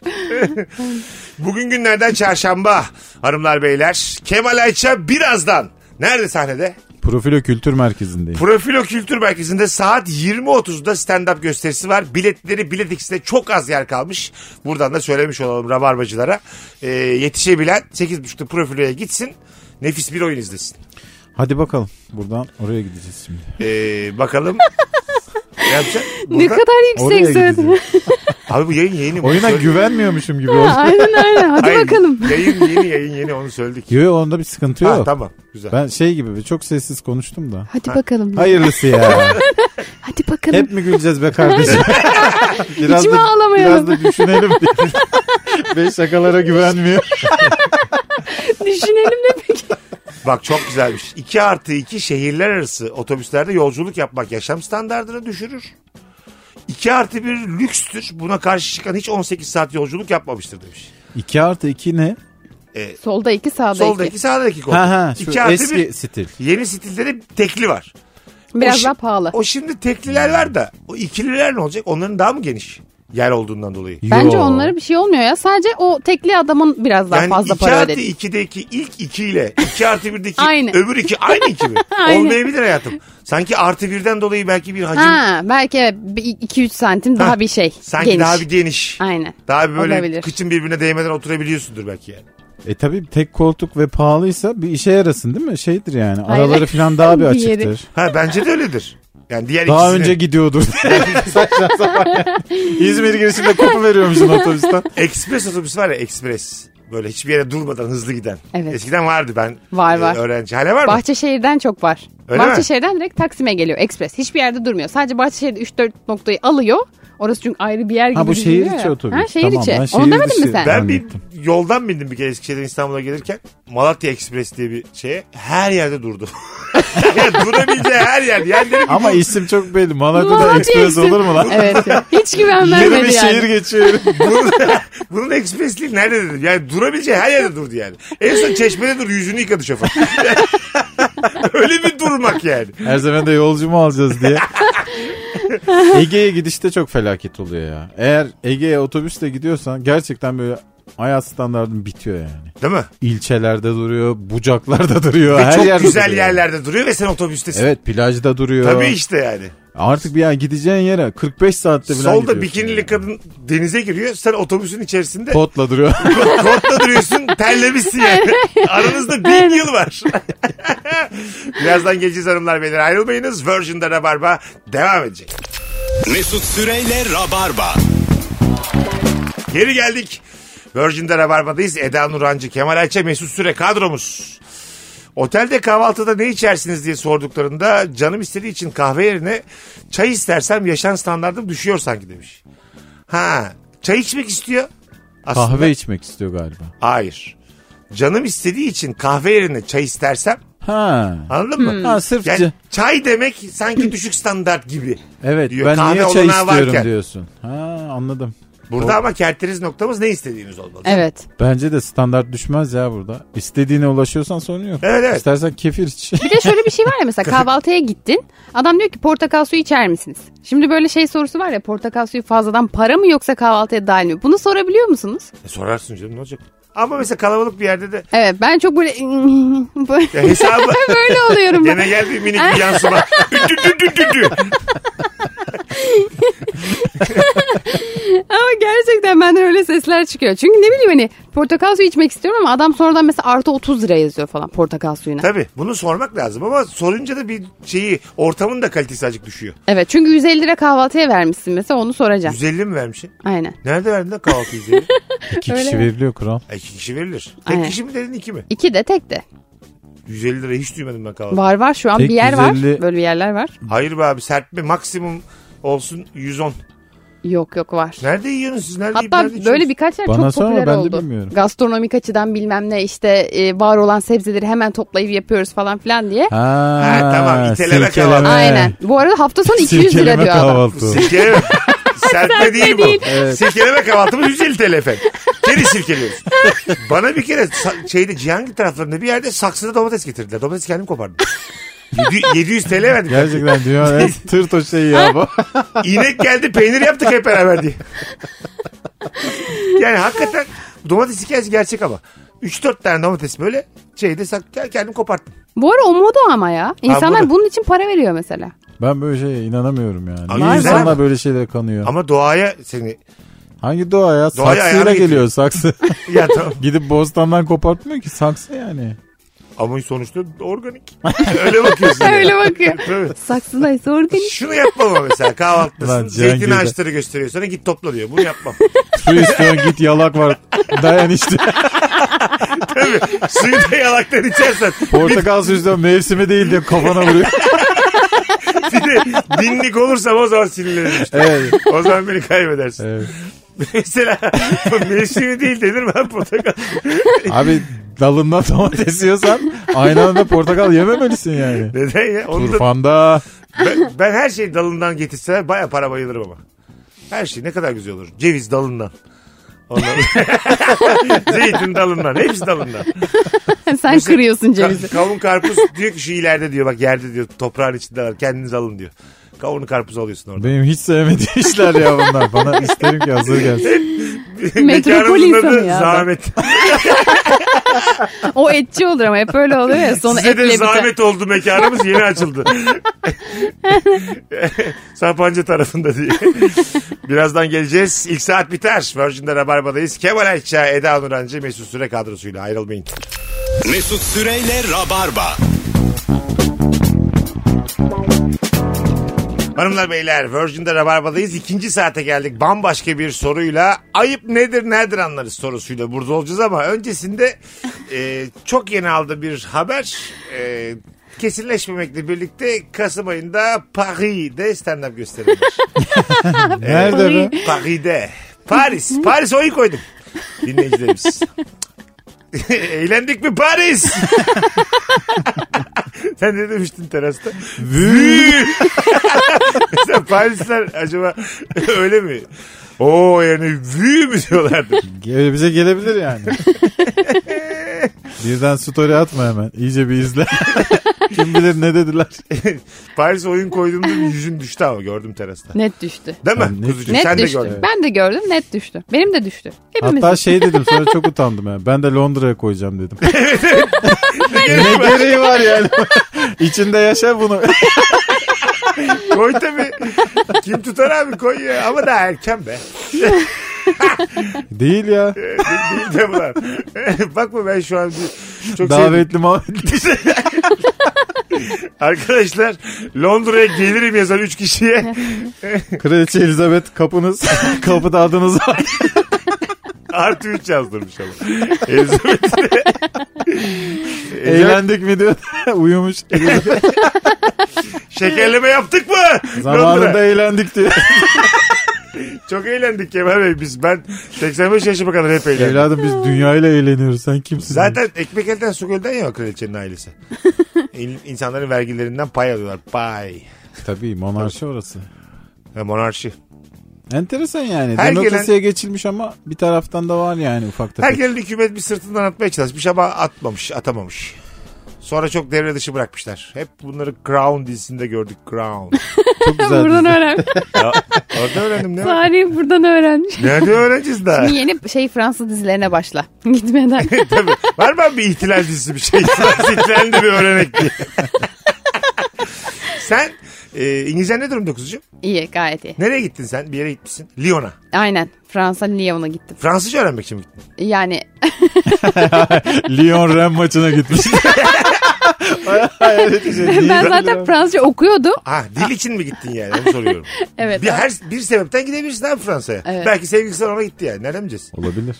[SPEAKER 3] Bugün günlerden çarşamba hanımlar beyler. Kemal Ayça birazdan Nerede sahnede?
[SPEAKER 4] Profilo Kültür Merkezi'ndeyim.
[SPEAKER 3] Profilo Kültür Merkezi'nde saat 20.30'da stand-up gösterisi var. Biletleri Bilet X'de çok az yer kalmış. Buradan da söylemiş olalım rabarbacılara. Ee, yetişebilen 8.30'da Profilo'ya gitsin. Nefis bir oyun izlesin.
[SPEAKER 4] Hadi bakalım. Buradan oraya gideceğiz şimdi.
[SPEAKER 3] Ee, bakalım. ne yapacaksın?
[SPEAKER 5] ne
[SPEAKER 3] Buradan-
[SPEAKER 5] kadar
[SPEAKER 4] Oraya
[SPEAKER 5] yükseksin.
[SPEAKER 4] gideceğiz.
[SPEAKER 3] Abi bu yayın yeni. Bunu
[SPEAKER 4] Oyuna
[SPEAKER 3] söyledik.
[SPEAKER 4] güvenmiyormuşum gibi oldu.
[SPEAKER 5] aynen aynen hadi
[SPEAKER 3] Hayır,
[SPEAKER 5] bakalım.
[SPEAKER 3] Yayın yeni yayın yeni onu söyledik.
[SPEAKER 4] Yo yo onda bir sıkıntı yok.
[SPEAKER 3] Ha, tamam güzel.
[SPEAKER 4] Ben şey gibi çok sessiz konuştum da.
[SPEAKER 5] Hadi bakalım.
[SPEAKER 4] Hayırlısı ya.
[SPEAKER 5] Hadi bakalım.
[SPEAKER 4] Hep mi güleceğiz be kardeşim? biraz
[SPEAKER 5] İçime ağlamayalım.
[SPEAKER 4] Biraz da düşünelim. diye. Beş şakalara güvenmiyor.
[SPEAKER 5] Düşünelim de peki.
[SPEAKER 3] Bak çok güzelmiş. 2 artı 2 şehirler arası otobüslerde yolculuk yapmak yaşam standartını düşürür. 2 artı 1 lükstür. Buna karşı çıkan hiç 18 saat yolculuk yapmamıştır demiş.
[SPEAKER 4] 2 artı 2 ne?
[SPEAKER 5] Solda iki sağda
[SPEAKER 3] Soldaki
[SPEAKER 5] iki.
[SPEAKER 3] sağdaki koltuk.
[SPEAKER 4] Ha ha şu
[SPEAKER 3] 2 artı
[SPEAKER 4] eski
[SPEAKER 3] 1
[SPEAKER 4] stil.
[SPEAKER 3] yeni stilde de tekli var. O
[SPEAKER 5] Biraz
[SPEAKER 3] şi-
[SPEAKER 5] daha pahalı.
[SPEAKER 3] O şimdi tekliler var da o ikililer ne olacak? Onların daha mı geniş? Yer olduğundan dolayı.
[SPEAKER 5] Bence
[SPEAKER 4] Yo.
[SPEAKER 5] onlara bir şey olmuyor ya. Sadece o tekli adamın biraz daha
[SPEAKER 3] Yani
[SPEAKER 5] fazla
[SPEAKER 3] 2
[SPEAKER 5] para
[SPEAKER 3] artı
[SPEAKER 5] ödedi.
[SPEAKER 3] 2'deki ilk 2 ile 2 artı 1'deki
[SPEAKER 5] Aynı.
[SPEAKER 3] öbür 2 aynı 2 mi?
[SPEAKER 5] Aynı.
[SPEAKER 3] Olmayabilir hayatım. Sanki artı 1'den dolayı belki bir hacim
[SPEAKER 5] Ha, belki 2-3 santim
[SPEAKER 3] Ha,
[SPEAKER 5] daha bir şey.
[SPEAKER 3] sanki
[SPEAKER 5] geniş.
[SPEAKER 3] daha bir geniş.
[SPEAKER 5] Aynen.
[SPEAKER 3] Daha bir böyle
[SPEAKER 5] Olabilir.
[SPEAKER 3] kıçın birbirine değmeden oturabiliyorsundur belki yani.
[SPEAKER 4] E tabi tek koltuk ve pahalıysa bir işe yarasın değil mi? Şeydir yani
[SPEAKER 5] Hayır.
[SPEAKER 4] araları falan daha bir
[SPEAKER 5] Bir yeri.
[SPEAKER 4] açıktır.
[SPEAKER 3] Ha bence de öyledir. Yani diğer
[SPEAKER 4] Daha
[SPEAKER 3] ikisini
[SPEAKER 4] önce gidiyordur. Saçma sapan ya. İzmir girişinde kopu veriyormuşsun otobüsten.
[SPEAKER 3] ekspres otobüsü var ya ekspres. Böyle hiçbir yere durmadan hızlı giden.
[SPEAKER 5] Evet.
[SPEAKER 3] Eskiden vardı ben.
[SPEAKER 5] Var,
[SPEAKER 3] e,
[SPEAKER 5] var.
[SPEAKER 3] Öğrenci. Hala var mı?
[SPEAKER 5] Bahçeşehir'den çok var.
[SPEAKER 3] Öyle mi?
[SPEAKER 5] Bahçeşehir'den direkt Taksim'e geliyor ekspres. Hiçbir yerde durmuyor. Sadece Bahçeşehir'de 3-4 noktayı alıyor. Orası çünkü ayrı bir yer gibi
[SPEAKER 4] Ha bu şehir
[SPEAKER 5] düşünülüyor
[SPEAKER 4] içi
[SPEAKER 5] ya.
[SPEAKER 4] otobüs.
[SPEAKER 5] Ha şehir
[SPEAKER 4] Tamam,
[SPEAKER 5] içi.
[SPEAKER 4] ben
[SPEAKER 5] Onu
[SPEAKER 4] şehir
[SPEAKER 5] demedin mi
[SPEAKER 4] dışı.
[SPEAKER 5] sen?
[SPEAKER 3] Ben bir
[SPEAKER 4] Zannettim.
[SPEAKER 3] yoldan bindim bir kere Eskişehir'den İstanbul'a gelirken. Malatya Ekspres diye bir şeye her yerde durdu. yani durabileceği her yerde. Yani dedim ki
[SPEAKER 4] Ama
[SPEAKER 3] bu-
[SPEAKER 4] isim çok belli. Malatya'da
[SPEAKER 5] Malatya
[SPEAKER 4] ekspres
[SPEAKER 5] ekspres.
[SPEAKER 4] olur mu lan?
[SPEAKER 5] Evet. ya. Hiç güven
[SPEAKER 4] Yeni bir
[SPEAKER 5] vermedi yani.
[SPEAKER 4] şehir geçiyor.
[SPEAKER 3] bunun, bunun ekspresliği nerede dedim. Yani durabileceği her yerde durdu yani. En son çeşmede dur yüzünü yıkadı şoför. Öyle bir durmak yani.
[SPEAKER 4] Her zaman da yolcu mu alacağız diye. Ege'ye gidişte çok felaket oluyor ya. Eğer Ege'ye otobüsle gidiyorsan gerçekten böyle hayat standartın bitiyor yani.
[SPEAKER 3] Değil mi?
[SPEAKER 4] İlçelerde duruyor, bucaklarda duruyor, her
[SPEAKER 3] Çok
[SPEAKER 4] yerde
[SPEAKER 3] güzel
[SPEAKER 4] duruyor.
[SPEAKER 3] yerlerde duruyor ve sen otobüstesin.
[SPEAKER 4] Evet plajda duruyor.
[SPEAKER 3] Tabii işte yani.
[SPEAKER 4] Artık bir yer gideceğin yere 45 saatte falan
[SPEAKER 3] Solda
[SPEAKER 4] gidiyorsun
[SPEAKER 3] bikinili
[SPEAKER 4] yani.
[SPEAKER 3] kadın denize giriyor. Sen otobüsün içerisinde
[SPEAKER 4] Potla duruyor.
[SPEAKER 3] Kotla duruyorsun terlemişsin yani. Aranızda bin yıl var. Birazdan geleceğiz hanımlar beyler ayrılmayınız. Virgin'de Rabarba devam edecek.
[SPEAKER 2] Mesut Süreyle Rabarba.
[SPEAKER 3] Geri geldik. Virgin'de Rabarba'dayız. Eda Nurancı, Kemal Ayça, Mesut Süre kadromuz. Otelde kahvaltıda ne içersiniz diye sorduklarında canım istediği için kahve yerine çay istersem yaşam standartım düşüyor sanki demiş. Ha çay içmek istiyor. Aslında-
[SPEAKER 4] Kahve içmek istiyor galiba.
[SPEAKER 3] Hayır. Canım istediği için kahve yerine çay istersem
[SPEAKER 4] Ha.
[SPEAKER 3] Anladın
[SPEAKER 5] Hmm.
[SPEAKER 3] mı?
[SPEAKER 4] Ha sırf
[SPEAKER 3] Yani
[SPEAKER 4] c-
[SPEAKER 3] çay demek sanki düşük standart gibi.
[SPEAKER 4] Evet
[SPEAKER 3] diyor,
[SPEAKER 4] ben
[SPEAKER 3] kahve
[SPEAKER 4] niye çay
[SPEAKER 3] olanağı
[SPEAKER 4] istiyorum
[SPEAKER 3] varken.
[SPEAKER 4] diyorsun. Ha anladım.
[SPEAKER 3] Burada ama kerteriz noktamız ne istediğiniz olmalı.
[SPEAKER 5] Evet.
[SPEAKER 4] Bence de standart düşmez ya burada. İstediğine ulaşıyorsan sorun yok.
[SPEAKER 3] Evet, evet.
[SPEAKER 4] İstersen kefir iç.
[SPEAKER 5] Bir de şöyle bir şey var ya mesela kahvaltıya gittin. Adam diyor ki portakal suyu içer misiniz? Şimdi böyle şey sorusu var ya portakal suyu fazladan para mı yoksa kahvaltıya dahil mi? Bunu sorabiliyor musunuz?
[SPEAKER 3] E, sorarsın canım ne olacak? Ama mesela kalabalık bir yerde de
[SPEAKER 5] Evet ben çok böyle
[SPEAKER 3] ya hesabı
[SPEAKER 5] böyle oluyorum ben.
[SPEAKER 3] gene geldi minik bir yansıma. Dü dü dü dü dü.
[SPEAKER 5] Ama gerçekten benden öyle sesler çıkıyor. Çünkü ne bileyim hani portakal suyu içmek istiyorum ama adam sonradan mesela artı 30 lira yazıyor falan portakal suyuna.
[SPEAKER 3] Tabii bunu sormak lazım ama sorunca da bir şeyi ortamın da kalitesi azıcık düşüyor.
[SPEAKER 5] Evet çünkü 150 lira kahvaltıya vermişsin mesela onu soracağım.
[SPEAKER 3] 150 mi vermişsin?
[SPEAKER 5] Aynen.
[SPEAKER 3] Nerede verdin de kahvaltı 150?
[SPEAKER 4] İki
[SPEAKER 5] Öyle
[SPEAKER 4] kişi
[SPEAKER 5] mi?
[SPEAKER 4] veriliyor kral.
[SPEAKER 3] E, iki kişi verilir. Tek
[SPEAKER 5] Aynen.
[SPEAKER 3] kişi mi dedin iki mi?
[SPEAKER 5] İki de tek de.
[SPEAKER 3] 150 lira hiç duymadım ben kahvaltı.
[SPEAKER 5] Var var şu an
[SPEAKER 4] Tek
[SPEAKER 5] bir yer
[SPEAKER 4] 150
[SPEAKER 5] var. Böyle bir yerler var.
[SPEAKER 3] Hayır be abi serpme maksimum olsun 110.
[SPEAKER 5] Yok yok var.
[SPEAKER 3] Nerede yiyorsunuz siz? Nerede yiyip
[SPEAKER 5] Hatta
[SPEAKER 3] nerede
[SPEAKER 5] böyle
[SPEAKER 3] içiyorsunuz?
[SPEAKER 5] birkaç yer
[SPEAKER 4] Bana
[SPEAKER 5] çok
[SPEAKER 4] sorma,
[SPEAKER 5] popüler
[SPEAKER 4] ben de
[SPEAKER 5] oldu.
[SPEAKER 4] bilmiyorum.
[SPEAKER 5] Gastronomik açıdan bilmem ne işte e, var olan sebzeleri hemen toplayıp yapıyoruz falan filan diye.
[SPEAKER 4] Ha,
[SPEAKER 3] Ha, tamam, iteleme
[SPEAKER 4] silkeleme.
[SPEAKER 3] kahvaltı.
[SPEAKER 5] Aynen. Bu arada hafta sonu 200 lira
[SPEAKER 4] Silkeleme
[SPEAKER 5] diyor adam.
[SPEAKER 4] kahvaltı.
[SPEAKER 3] Silkeleme. Serpme değil bu.
[SPEAKER 5] değil.
[SPEAKER 3] Silkeleme kahvaltımız 150 TL efendim. Geri silkeliyoruz. Bana bir kere sa- şeyde Cihangir taraflarında bir yerde saksıda domates getirdiler. Domates kendim kopardım. Yedi- 700 TL verdim.
[SPEAKER 4] Gerçekten dünyanın en tırt o şeyi ya bu.
[SPEAKER 3] İnek geldi peynir yaptık hep beraber diye. Yani hakikaten domates hikayesi gerçek ama. 3-4 tane domates böyle şeyde sak kendim koparttım.
[SPEAKER 5] Bu arada o moda ama ya. İnsanlar
[SPEAKER 3] moda.
[SPEAKER 5] bunun için para veriyor mesela.
[SPEAKER 4] Ben böyle şeye inanamıyorum yani.
[SPEAKER 3] Abi güzel
[SPEAKER 4] Niye insanlar
[SPEAKER 3] ama.
[SPEAKER 4] böyle şeylere kanıyor?
[SPEAKER 3] Ama doğaya seni
[SPEAKER 4] Hangi doğa ya?
[SPEAKER 3] Doğaya ayağına
[SPEAKER 4] Saksıyla
[SPEAKER 3] gidiyor.
[SPEAKER 4] geliyor saksı.
[SPEAKER 3] ya tamam.
[SPEAKER 4] Gidip bostandan kopartmıyor ki saksı yani.
[SPEAKER 3] Ama sonuçta organik. Öyle bakıyorsun. yani.
[SPEAKER 5] Öyle bakıyor.
[SPEAKER 3] Tabii.
[SPEAKER 5] Saksıdaysa organik.
[SPEAKER 3] Şunu yapmam ama mesela kahvaltısın.
[SPEAKER 4] Lan
[SPEAKER 3] Zeytin
[SPEAKER 4] Cihangir'de.
[SPEAKER 3] ağaçları gösteriyor sana git topla diyor. Bunu yapmam.
[SPEAKER 4] Su istiyorsun git yalak var. Dayan işte.
[SPEAKER 3] Tabii. Suyu da yalaktan içersen.
[SPEAKER 4] Portakal suyu istiyorsun mevsimi değil diyor kafana vuruyor.
[SPEAKER 3] Bir de dinlik olursam o zaman sinirlenirim işte.
[SPEAKER 4] Evet.
[SPEAKER 3] O zaman beni kaybedersin.
[SPEAKER 4] evet.
[SPEAKER 3] Mesela mevsimi değil denir mi abi portakal?
[SPEAKER 4] Abi dalından domates yiyorsan aynı anda portakal yememelisin yani.
[SPEAKER 3] Neden ya? Onu da-
[SPEAKER 4] Turfanda.
[SPEAKER 3] ben, ben her şeyi dalından getirse baya para bayılırım ama. Her şey ne kadar güzel olur. Ceviz dalından. Ondan... Zeytin dalından. Hepsi dalından.
[SPEAKER 5] Sen kırıyorsun cevizi.
[SPEAKER 3] Ka- kavun karpuz diyor ki şu ileride diyor bak yerde diyor toprağın içinde var kendiniz alın diyor. Kavunu karpuz alıyorsun orada.
[SPEAKER 4] Benim hiç sevmediğim işler ya bunlar. Bana isterim ki hazır gelsin.
[SPEAKER 5] Metropol
[SPEAKER 3] Mekanımızın
[SPEAKER 5] insanı
[SPEAKER 3] adı
[SPEAKER 5] ya adam.
[SPEAKER 3] Zahmet.
[SPEAKER 5] O etçi olur ama hep öyle oluyor ya. Sonu
[SPEAKER 3] Size de
[SPEAKER 5] etle biter.
[SPEAKER 3] zahmet oldu mekanımız yeni açıldı. Sapancı tarafında diye. Birazdan geleceğiz. İlk saat biter. Virgin'de Rabarba'dayız. Kemal Ayça, Eda Nurancı, Mesut Süre kadrosuyla ayrılmayın.
[SPEAKER 2] Mesut Süreyle Rabarba.
[SPEAKER 3] Hanımlar beyler Virgin'de Rabarba'dayız. İkinci saate geldik. Bambaşka bir soruyla ayıp nedir nedir anlarız sorusuyla burada olacağız ama öncesinde e, çok yeni aldı bir haber. E, kesinleşmemekle birlikte Kasım ayında Paris'de stand-up gösterim var.
[SPEAKER 4] Nerede be?
[SPEAKER 3] Paris'de. Paris. Paris oyu koydum. Dinleyicilerimiz. Eğlendik mi Paris? Sen ne demiştin terasta? Vü. Mesela Parisler acaba öyle mi? Oo yani vü mü diyorlardı?
[SPEAKER 4] Gele- bize gelebilir yani. Birden story atma hemen. İyice bir izle. Kim bilir ne dediler.
[SPEAKER 3] Paris oyun koyduğumda yüzün düştü ama gördüm terasta.
[SPEAKER 5] Net düştü.
[SPEAKER 3] Değil mi?
[SPEAKER 4] Net
[SPEAKER 3] Kuzucuğum
[SPEAKER 5] Net
[SPEAKER 3] sen de
[SPEAKER 5] düştü.
[SPEAKER 3] gördün.
[SPEAKER 5] Ben de gördüm net düştü. Benim de düştü. Hepimiz.
[SPEAKER 4] Hatta şey dedim sonra çok utandım yani. Ben de Londra'ya koyacağım dedim. ne gereği var yani? İçinde yaşa bunu.
[SPEAKER 3] Koy tabii. Kim tutar abi koy ya. Ama daha erken be.
[SPEAKER 4] Değil ya.
[SPEAKER 3] Değil de bunlar. Bakma ben şu an bir, çok sevdiğim-
[SPEAKER 4] Davetli mavetli.
[SPEAKER 3] Arkadaşlar Londra'ya gelirim yazan 3 kişiye
[SPEAKER 4] Kraliçe Elizabeth kapınız. Kapıda adınız var.
[SPEAKER 3] artı 3 yazdırmış ama. Elizabeth
[SPEAKER 4] Eğlendik mi diyor. Uyumuş.
[SPEAKER 3] şekerleme yaptık mı?
[SPEAKER 4] Zamanında
[SPEAKER 3] Londra.
[SPEAKER 4] eğlendik diyor.
[SPEAKER 3] Çok eğlendik Kemal Bey biz. Ben 85 yaşıma kadar hep eğlendim.
[SPEAKER 4] Evladım biz dünyayla eğleniyoruz. Sen kimsin?
[SPEAKER 3] Zaten ekmek elden su gölden ya kraliçenin ailesi. İn- İnsanların vergilerinden pay alıyorlar. Pay.
[SPEAKER 4] Tabii monarşi orası.
[SPEAKER 3] Ha, Monarşi.
[SPEAKER 4] Enteresan yani.
[SPEAKER 3] Her gelen-
[SPEAKER 4] Demokrasiye geçilmiş ama bir taraftan da var yani ufak tefek.
[SPEAKER 3] Her gelen hükümet bir sırtından atmaya çalışmış ama atmamış, atamamış. Sonra çok devre dışı bırakmışlar. Hep bunları Crown dizisinde gördük. Crown.
[SPEAKER 4] Çok güzel
[SPEAKER 5] buradan
[SPEAKER 4] dizi.
[SPEAKER 5] öğrenmiş.
[SPEAKER 3] Ya, orada öğrendim ne? var?
[SPEAKER 5] Tarihi buradan öğrenmiş.
[SPEAKER 3] Nerede öğreneceğiz daha?
[SPEAKER 5] Bir yeni şey Fransız dizilerine başla. Gitmeden.
[SPEAKER 3] Tabii. Var mı abi bir ihtilal dizisi bir şey? İhtilal ihtilalini de bir öğrenek diye. sen e, İngilizcen ne durumda kuzucuğum?
[SPEAKER 5] iyi gayet iyi.
[SPEAKER 3] Nereye gittin sen? Bir yere gitmişsin. Lyon'a.
[SPEAKER 5] Aynen. Fransa Lyon'a gittim.
[SPEAKER 3] Fransızca öğrenmek için mi gittin?
[SPEAKER 5] Yani
[SPEAKER 4] Lyon Ren maçına gitmiş. Hayret bir şey değil.
[SPEAKER 5] ben zaten Fransızca okuyordum.
[SPEAKER 3] Ha dil için mi gittin yani onu soruyorum.
[SPEAKER 5] Evet.
[SPEAKER 3] bir, her, bir sebepten gidebilirsin abi Fransa'ya.
[SPEAKER 5] Evet.
[SPEAKER 3] Belki sevgilisi ona gitti yani. Nereden bileceğiz?
[SPEAKER 4] Olabilir.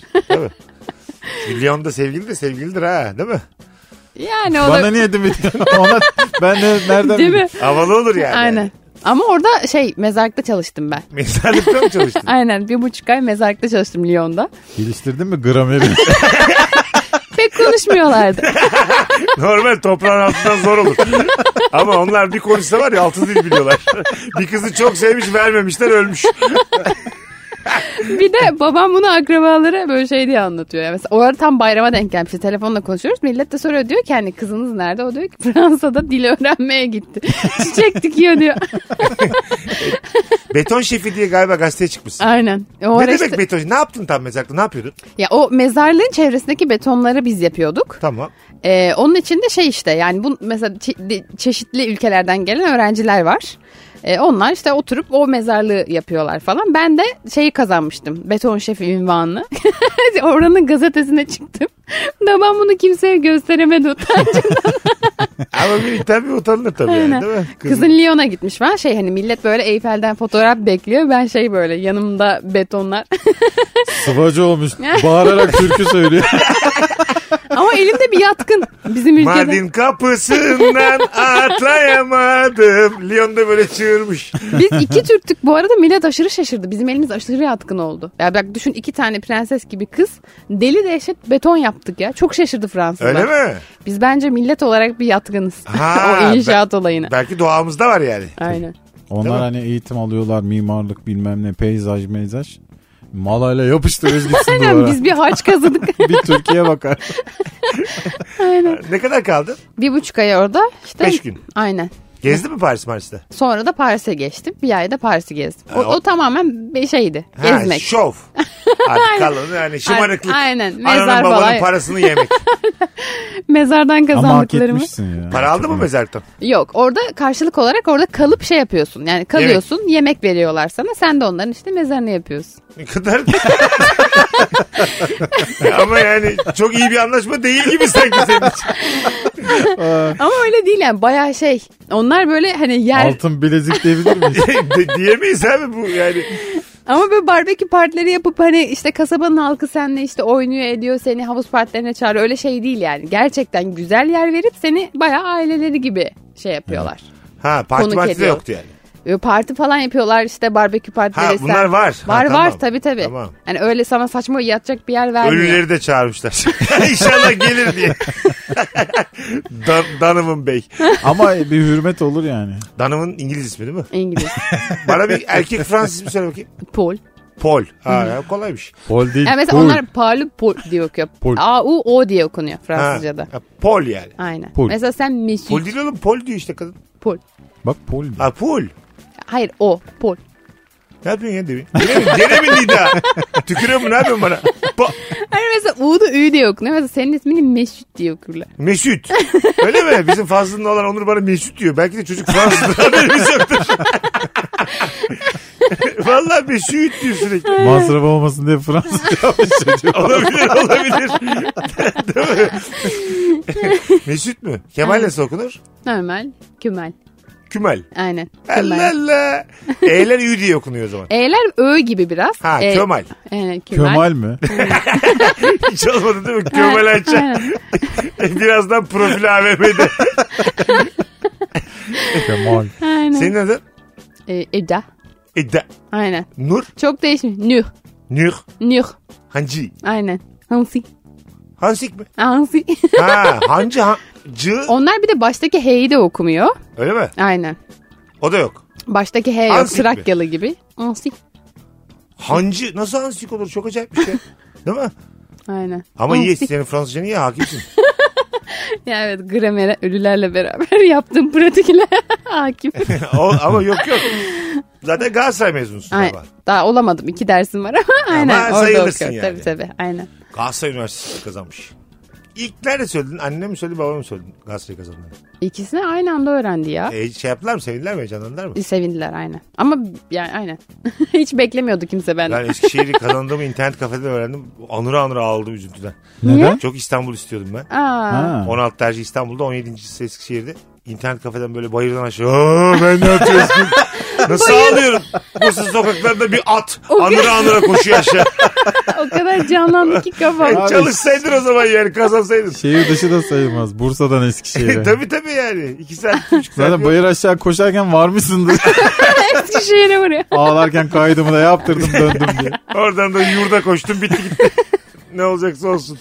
[SPEAKER 3] Çünkü Lyon'da sevgili de sevgilidir ha değil mi?
[SPEAKER 5] Yani o
[SPEAKER 4] Bana
[SPEAKER 5] da
[SPEAKER 4] niye demedin? Ona ben de nereden
[SPEAKER 5] değil
[SPEAKER 4] bileyim?
[SPEAKER 5] mi?
[SPEAKER 3] Havalı olur yani.
[SPEAKER 5] Aynen. Ama orada şey mezarlıkta çalıştım ben.
[SPEAKER 3] Mezarlıkta mı çalıştın?
[SPEAKER 5] Aynen bir buçuk ay mezarlıkta çalıştım Lyon'da.
[SPEAKER 4] Geliştirdin mi grameri?
[SPEAKER 5] Pek konuşmuyorlardı.
[SPEAKER 3] Normal toprağın altından zor olur. Ama onlar bir konuşsa var ya altı dil biliyorlar. bir kızı çok sevmiş vermemişler ölmüş.
[SPEAKER 5] bir de babam bunu akrabalara böyle şey diye anlatıyor. Yani mesela o ara tam bayrama denk gelmişti. Telefonla konuşuyoruz. Millet de soruyor diyor ki hani kızınız nerede? O diyor ki Fransa'da dil öğrenmeye gitti. Çiçek dikiyor diyor.
[SPEAKER 3] Beton şefi diye galiba gazeteye çıkmışsın.
[SPEAKER 5] Aynen. O
[SPEAKER 3] ne
[SPEAKER 5] ara
[SPEAKER 3] demek
[SPEAKER 5] işte-
[SPEAKER 3] beton şefi? Ne yaptın tam mezarlıkta? Ne yapıyordun?
[SPEAKER 5] Ya o mezarlığın çevresindeki betonları biz yapıyorduk.
[SPEAKER 3] Tamam.
[SPEAKER 5] Ee, onun için de şey işte yani bu mesela çe- de- çeşitli ülkelerden gelen öğrenciler var. E, onlar işte oturup o mezarlığı yapıyorlar falan. Ben de şeyi kazanmıştım. Beton şefi ünvanını. Oranın gazetesine çıktım. Da ben bunu kimseye gösteremedim.
[SPEAKER 3] Ama bir tabii utanılır tabii yani,
[SPEAKER 5] Aynen.
[SPEAKER 3] değil mi?
[SPEAKER 5] Kızın Lyon'a gitmiş falan. Şey hani millet böyle Eyfel'den fotoğraf bekliyor. Ben şey böyle yanımda betonlar.
[SPEAKER 4] Sıvacı olmuş. Bağırarak türkü söylüyor.
[SPEAKER 5] Ama elimde bir yatkın bizim ülkede.
[SPEAKER 3] Mardin kapısından atlayamadım. Lyon'da böyle çığırmış.
[SPEAKER 5] Biz iki Türktük bu arada millet aşırı şaşırdı. Bizim elimiz aşırı yatkın oldu. Ya bak düşün iki tane prenses gibi kız deli dehşet beton yaptık ya. Çok şaşırdı Fransızlar.
[SPEAKER 3] Öyle mi?
[SPEAKER 5] Biz bence millet olarak bir yatkınız.
[SPEAKER 3] Ha,
[SPEAKER 5] o inşaat olayına.
[SPEAKER 3] Belki doğamızda var yani.
[SPEAKER 5] Aynen.
[SPEAKER 4] Onlar hani eğitim alıyorlar mimarlık bilmem ne peyzaj meyzaj. Malayla yapıştırıyoruz gitsin
[SPEAKER 5] Aynen
[SPEAKER 4] duvara.
[SPEAKER 5] biz bir harç kazıdık.
[SPEAKER 4] bir Türkiye bakar.
[SPEAKER 3] Ne kadar kaldı?
[SPEAKER 5] bir buçuk ay orada. işte.
[SPEAKER 3] Beş gün.
[SPEAKER 5] Aynen.
[SPEAKER 3] Gezdi mi Paris Maris'te?
[SPEAKER 5] Sonra da Paris'e geçtim. Bir ayda Paris'i gezdim. O,
[SPEAKER 3] Ha, o-
[SPEAKER 5] o tamamen bir şeydi.
[SPEAKER 3] Ha,
[SPEAKER 5] gezmek.
[SPEAKER 3] Şov. Artık kalın yani şımarıklık.
[SPEAKER 5] Aynen,
[SPEAKER 3] Ananın
[SPEAKER 5] mezar
[SPEAKER 3] babanın
[SPEAKER 5] falan.
[SPEAKER 3] parasını yemek.
[SPEAKER 5] Mezardan
[SPEAKER 4] Ama hak
[SPEAKER 5] kazandıklarımı.
[SPEAKER 4] etmişsin ya.
[SPEAKER 3] Para aldı mı mezarlıktan?
[SPEAKER 5] Yok orada karşılık olarak orada kalıp şey yapıyorsun. Yani kalıyorsun yemek veriyorlar sana. Sen de onların işte mezarını yapıyorsun.
[SPEAKER 3] Ne kadar? Ama yani çok iyi bir anlaşma değil gibi sanki senin için.
[SPEAKER 5] Ama öyle değil yani bayağı şey. Onlar böyle hani yer
[SPEAKER 4] Altın bilezik diyebilir miyiz?
[SPEAKER 3] De- Şey, diyemeyiz abi bu yani.
[SPEAKER 5] ama böyle barbekü partileri yapıp hani işte kasabanın halkı seninle işte oynuyor ediyor seni havuz partilerine çağırıyor. Öyle şey değil yani. Gerçekten güzel yer verip seni bayağı aileleri gibi şey yapıyorlar.
[SPEAKER 3] Ha parti
[SPEAKER 5] Konuk
[SPEAKER 3] parti de
[SPEAKER 5] ediyor.
[SPEAKER 3] yoktu yani.
[SPEAKER 5] Ve Parti falan yapıyorlar işte barbekü partileri.
[SPEAKER 3] Ha,
[SPEAKER 5] sen-
[SPEAKER 3] bunlar var. Ha,
[SPEAKER 5] Var
[SPEAKER 3] tamam.
[SPEAKER 5] var tabii tabii.
[SPEAKER 3] Tamam.
[SPEAKER 5] Yani öyle sana saçma yatacak bir yer vermiyor.
[SPEAKER 3] Ölüleri de çağırmışlar. İnşallah gelir diye. Dan Donovan Bey.
[SPEAKER 4] Ama bir hürmet olur yani.
[SPEAKER 3] Donovan'ın İngiliz ismi değil mi?
[SPEAKER 5] İngiliz.
[SPEAKER 3] Bana bir erkek Fransız ismi söyle bakayım.
[SPEAKER 5] Pol.
[SPEAKER 3] Paul. Ha,
[SPEAKER 5] Hmm.
[SPEAKER 3] ya kolaymış.
[SPEAKER 4] Pol değil.
[SPEAKER 5] Yani mesela
[SPEAKER 4] pol.
[SPEAKER 5] onlar palu pol diye okuyor.
[SPEAKER 4] Pol.
[SPEAKER 5] A-U-O diye okunuyor
[SPEAKER 3] Ha,
[SPEAKER 5] Fransızca'da.
[SPEAKER 3] ha, Paul yani.
[SPEAKER 5] Aynen.
[SPEAKER 4] Pol.
[SPEAKER 5] Mesela sen Mesut.
[SPEAKER 3] Paul değil oğlum. Paul diyor işte kadın.
[SPEAKER 5] Pol.
[SPEAKER 4] Bak pol. değil.
[SPEAKER 3] Ha Paul.
[SPEAKER 5] Hayır o. Pol.
[SPEAKER 3] Ne yapıyorsun ya demin? Gene mi- Gene mi Nida? Tükürüyor mu ne yapıyorsun bana? Pa-
[SPEAKER 5] Hayır mesela U da Ü diye okunuyor. Mesela senin ismini Mesut diye okurlar.
[SPEAKER 3] Mesut. Öyle mi? Bizim fazlının olan Onur bana Mesut diyor. Belki de çocuk Fransız haberimiz yoktur. Valla Mesut diyor sürekli.
[SPEAKER 4] Masraf olmasın diye Fransızca yapmış çocuğu.
[SPEAKER 3] Olabilir olabilir. Değil mi? Mesut mu? Kemal nasıl okunur?
[SPEAKER 5] Normal. Kümel.
[SPEAKER 3] Kümel.
[SPEAKER 5] Aynen.
[SPEAKER 3] Allah
[SPEAKER 5] Kümel.
[SPEAKER 3] Allah. E'ler Ü diye okunuyor o zaman.
[SPEAKER 5] E'ler Ö gibi biraz.
[SPEAKER 3] Ha,
[SPEAKER 5] E-
[SPEAKER 3] Kömal.
[SPEAKER 5] Aynen Kömal.
[SPEAKER 4] Kömal mi?
[SPEAKER 3] Hiç olmadı değil mi? Kömel Ayça. E, Birazdan profil AVM'de.
[SPEAKER 4] Kemal.
[SPEAKER 5] Aynen.
[SPEAKER 3] Senin adın?
[SPEAKER 5] E, Eda.
[SPEAKER 3] Eda.
[SPEAKER 5] Aynen.
[SPEAKER 3] Nur.
[SPEAKER 5] Çok değişmiş. Nüh.
[SPEAKER 3] Nür.
[SPEAKER 5] Nüh.
[SPEAKER 3] Hancı.
[SPEAKER 5] Aynen. Hansi.
[SPEAKER 3] Hansik mi?
[SPEAKER 5] Hansi.
[SPEAKER 3] Ha, hancı. Han... Cı.
[SPEAKER 5] Onlar bir de baştaki H'yi de okumuyor.
[SPEAKER 3] Öyle mi?
[SPEAKER 5] Aynen.
[SPEAKER 3] O da yok.
[SPEAKER 5] Baştaki H yok.
[SPEAKER 3] Hansik mi?
[SPEAKER 5] Trakyalı gibi. Hansik.
[SPEAKER 3] Hancı. Nasıl hansik olur? Çok acayip bir şey. Değil mi?
[SPEAKER 5] Aynen.
[SPEAKER 3] Ama iyi
[SPEAKER 5] Hansik.
[SPEAKER 3] senin Fransızcan iyi hakimsin.
[SPEAKER 5] Ya evet gramere ölülerle beraber yaptığım pratikle hakim.
[SPEAKER 3] O- ama yok yok. Zaten Galatasaray mezunusun
[SPEAKER 5] Aynen.
[SPEAKER 3] galiba.
[SPEAKER 5] Daha olamadım. iki dersim var ama aynen.
[SPEAKER 3] Ama
[SPEAKER 5] orada
[SPEAKER 3] sayılırsın
[SPEAKER 5] okuyor.
[SPEAKER 3] yani.
[SPEAKER 5] Tabii tabii. Aynen.
[SPEAKER 3] Galatasaray Üniversitesi kazanmış. İlk nerede söyledin? Anne mi söyledi babam mı söyledi Galatasaray kazandığını?
[SPEAKER 5] İkisini aynı anda öğrendi ya.
[SPEAKER 3] E, şey yaptılar mı? Sevindiler mi? Heyecanlandılar mı?
[SPEAKER 5] Sevindiler aynen. Ama yani aynen. Hiç beklemiyordu kimse benden.
[SPEAKER 3] Ben Eskişehir'i kazandığımı internet kafede öğrendim. Anıra anıra ağladım üzüntüden.
[SPEAKER 4] Neden?
[SPEAKER 3] Çok İstanbul istiyordum ben.
[SPEAKER 5] Aa.
[SPEAKER 4] Ha.
[SPEAKER 3] 16 tercih İstanbul'da 17. Eskişehir'de. İnternet kafeden böyle bayırdan aşağı. "Aa, ben ne yapacağız? Nasıl ağlıyorum? Bursa sokaklarında bir at anıra anıra koşuyor aşağı.
[SPEAKER 5] o kadar canlandı ki kafam.
[SPEAKER 3] Çalışsaydın o zaman yani kazansaydın.
[SPEAKER 4] Şehir dışı da sayılmaz. Bursa'dan Eskişehir'e.
[SPEAKER 3] tabii tabii yani. 2 saat, 3 saat.
[SPEAKER 4] Zaten bayır aşağı koşarken varmışsındır.
[SPEAKER 5] Eskişehir'e vuruyor.
[SPEAKER 4] Ağlarken kaydımı da yaptırdım döndüm diye.
[SPEAKER 3] Oradan da yurda koştum bitti gitti. ne olacaksa olsun.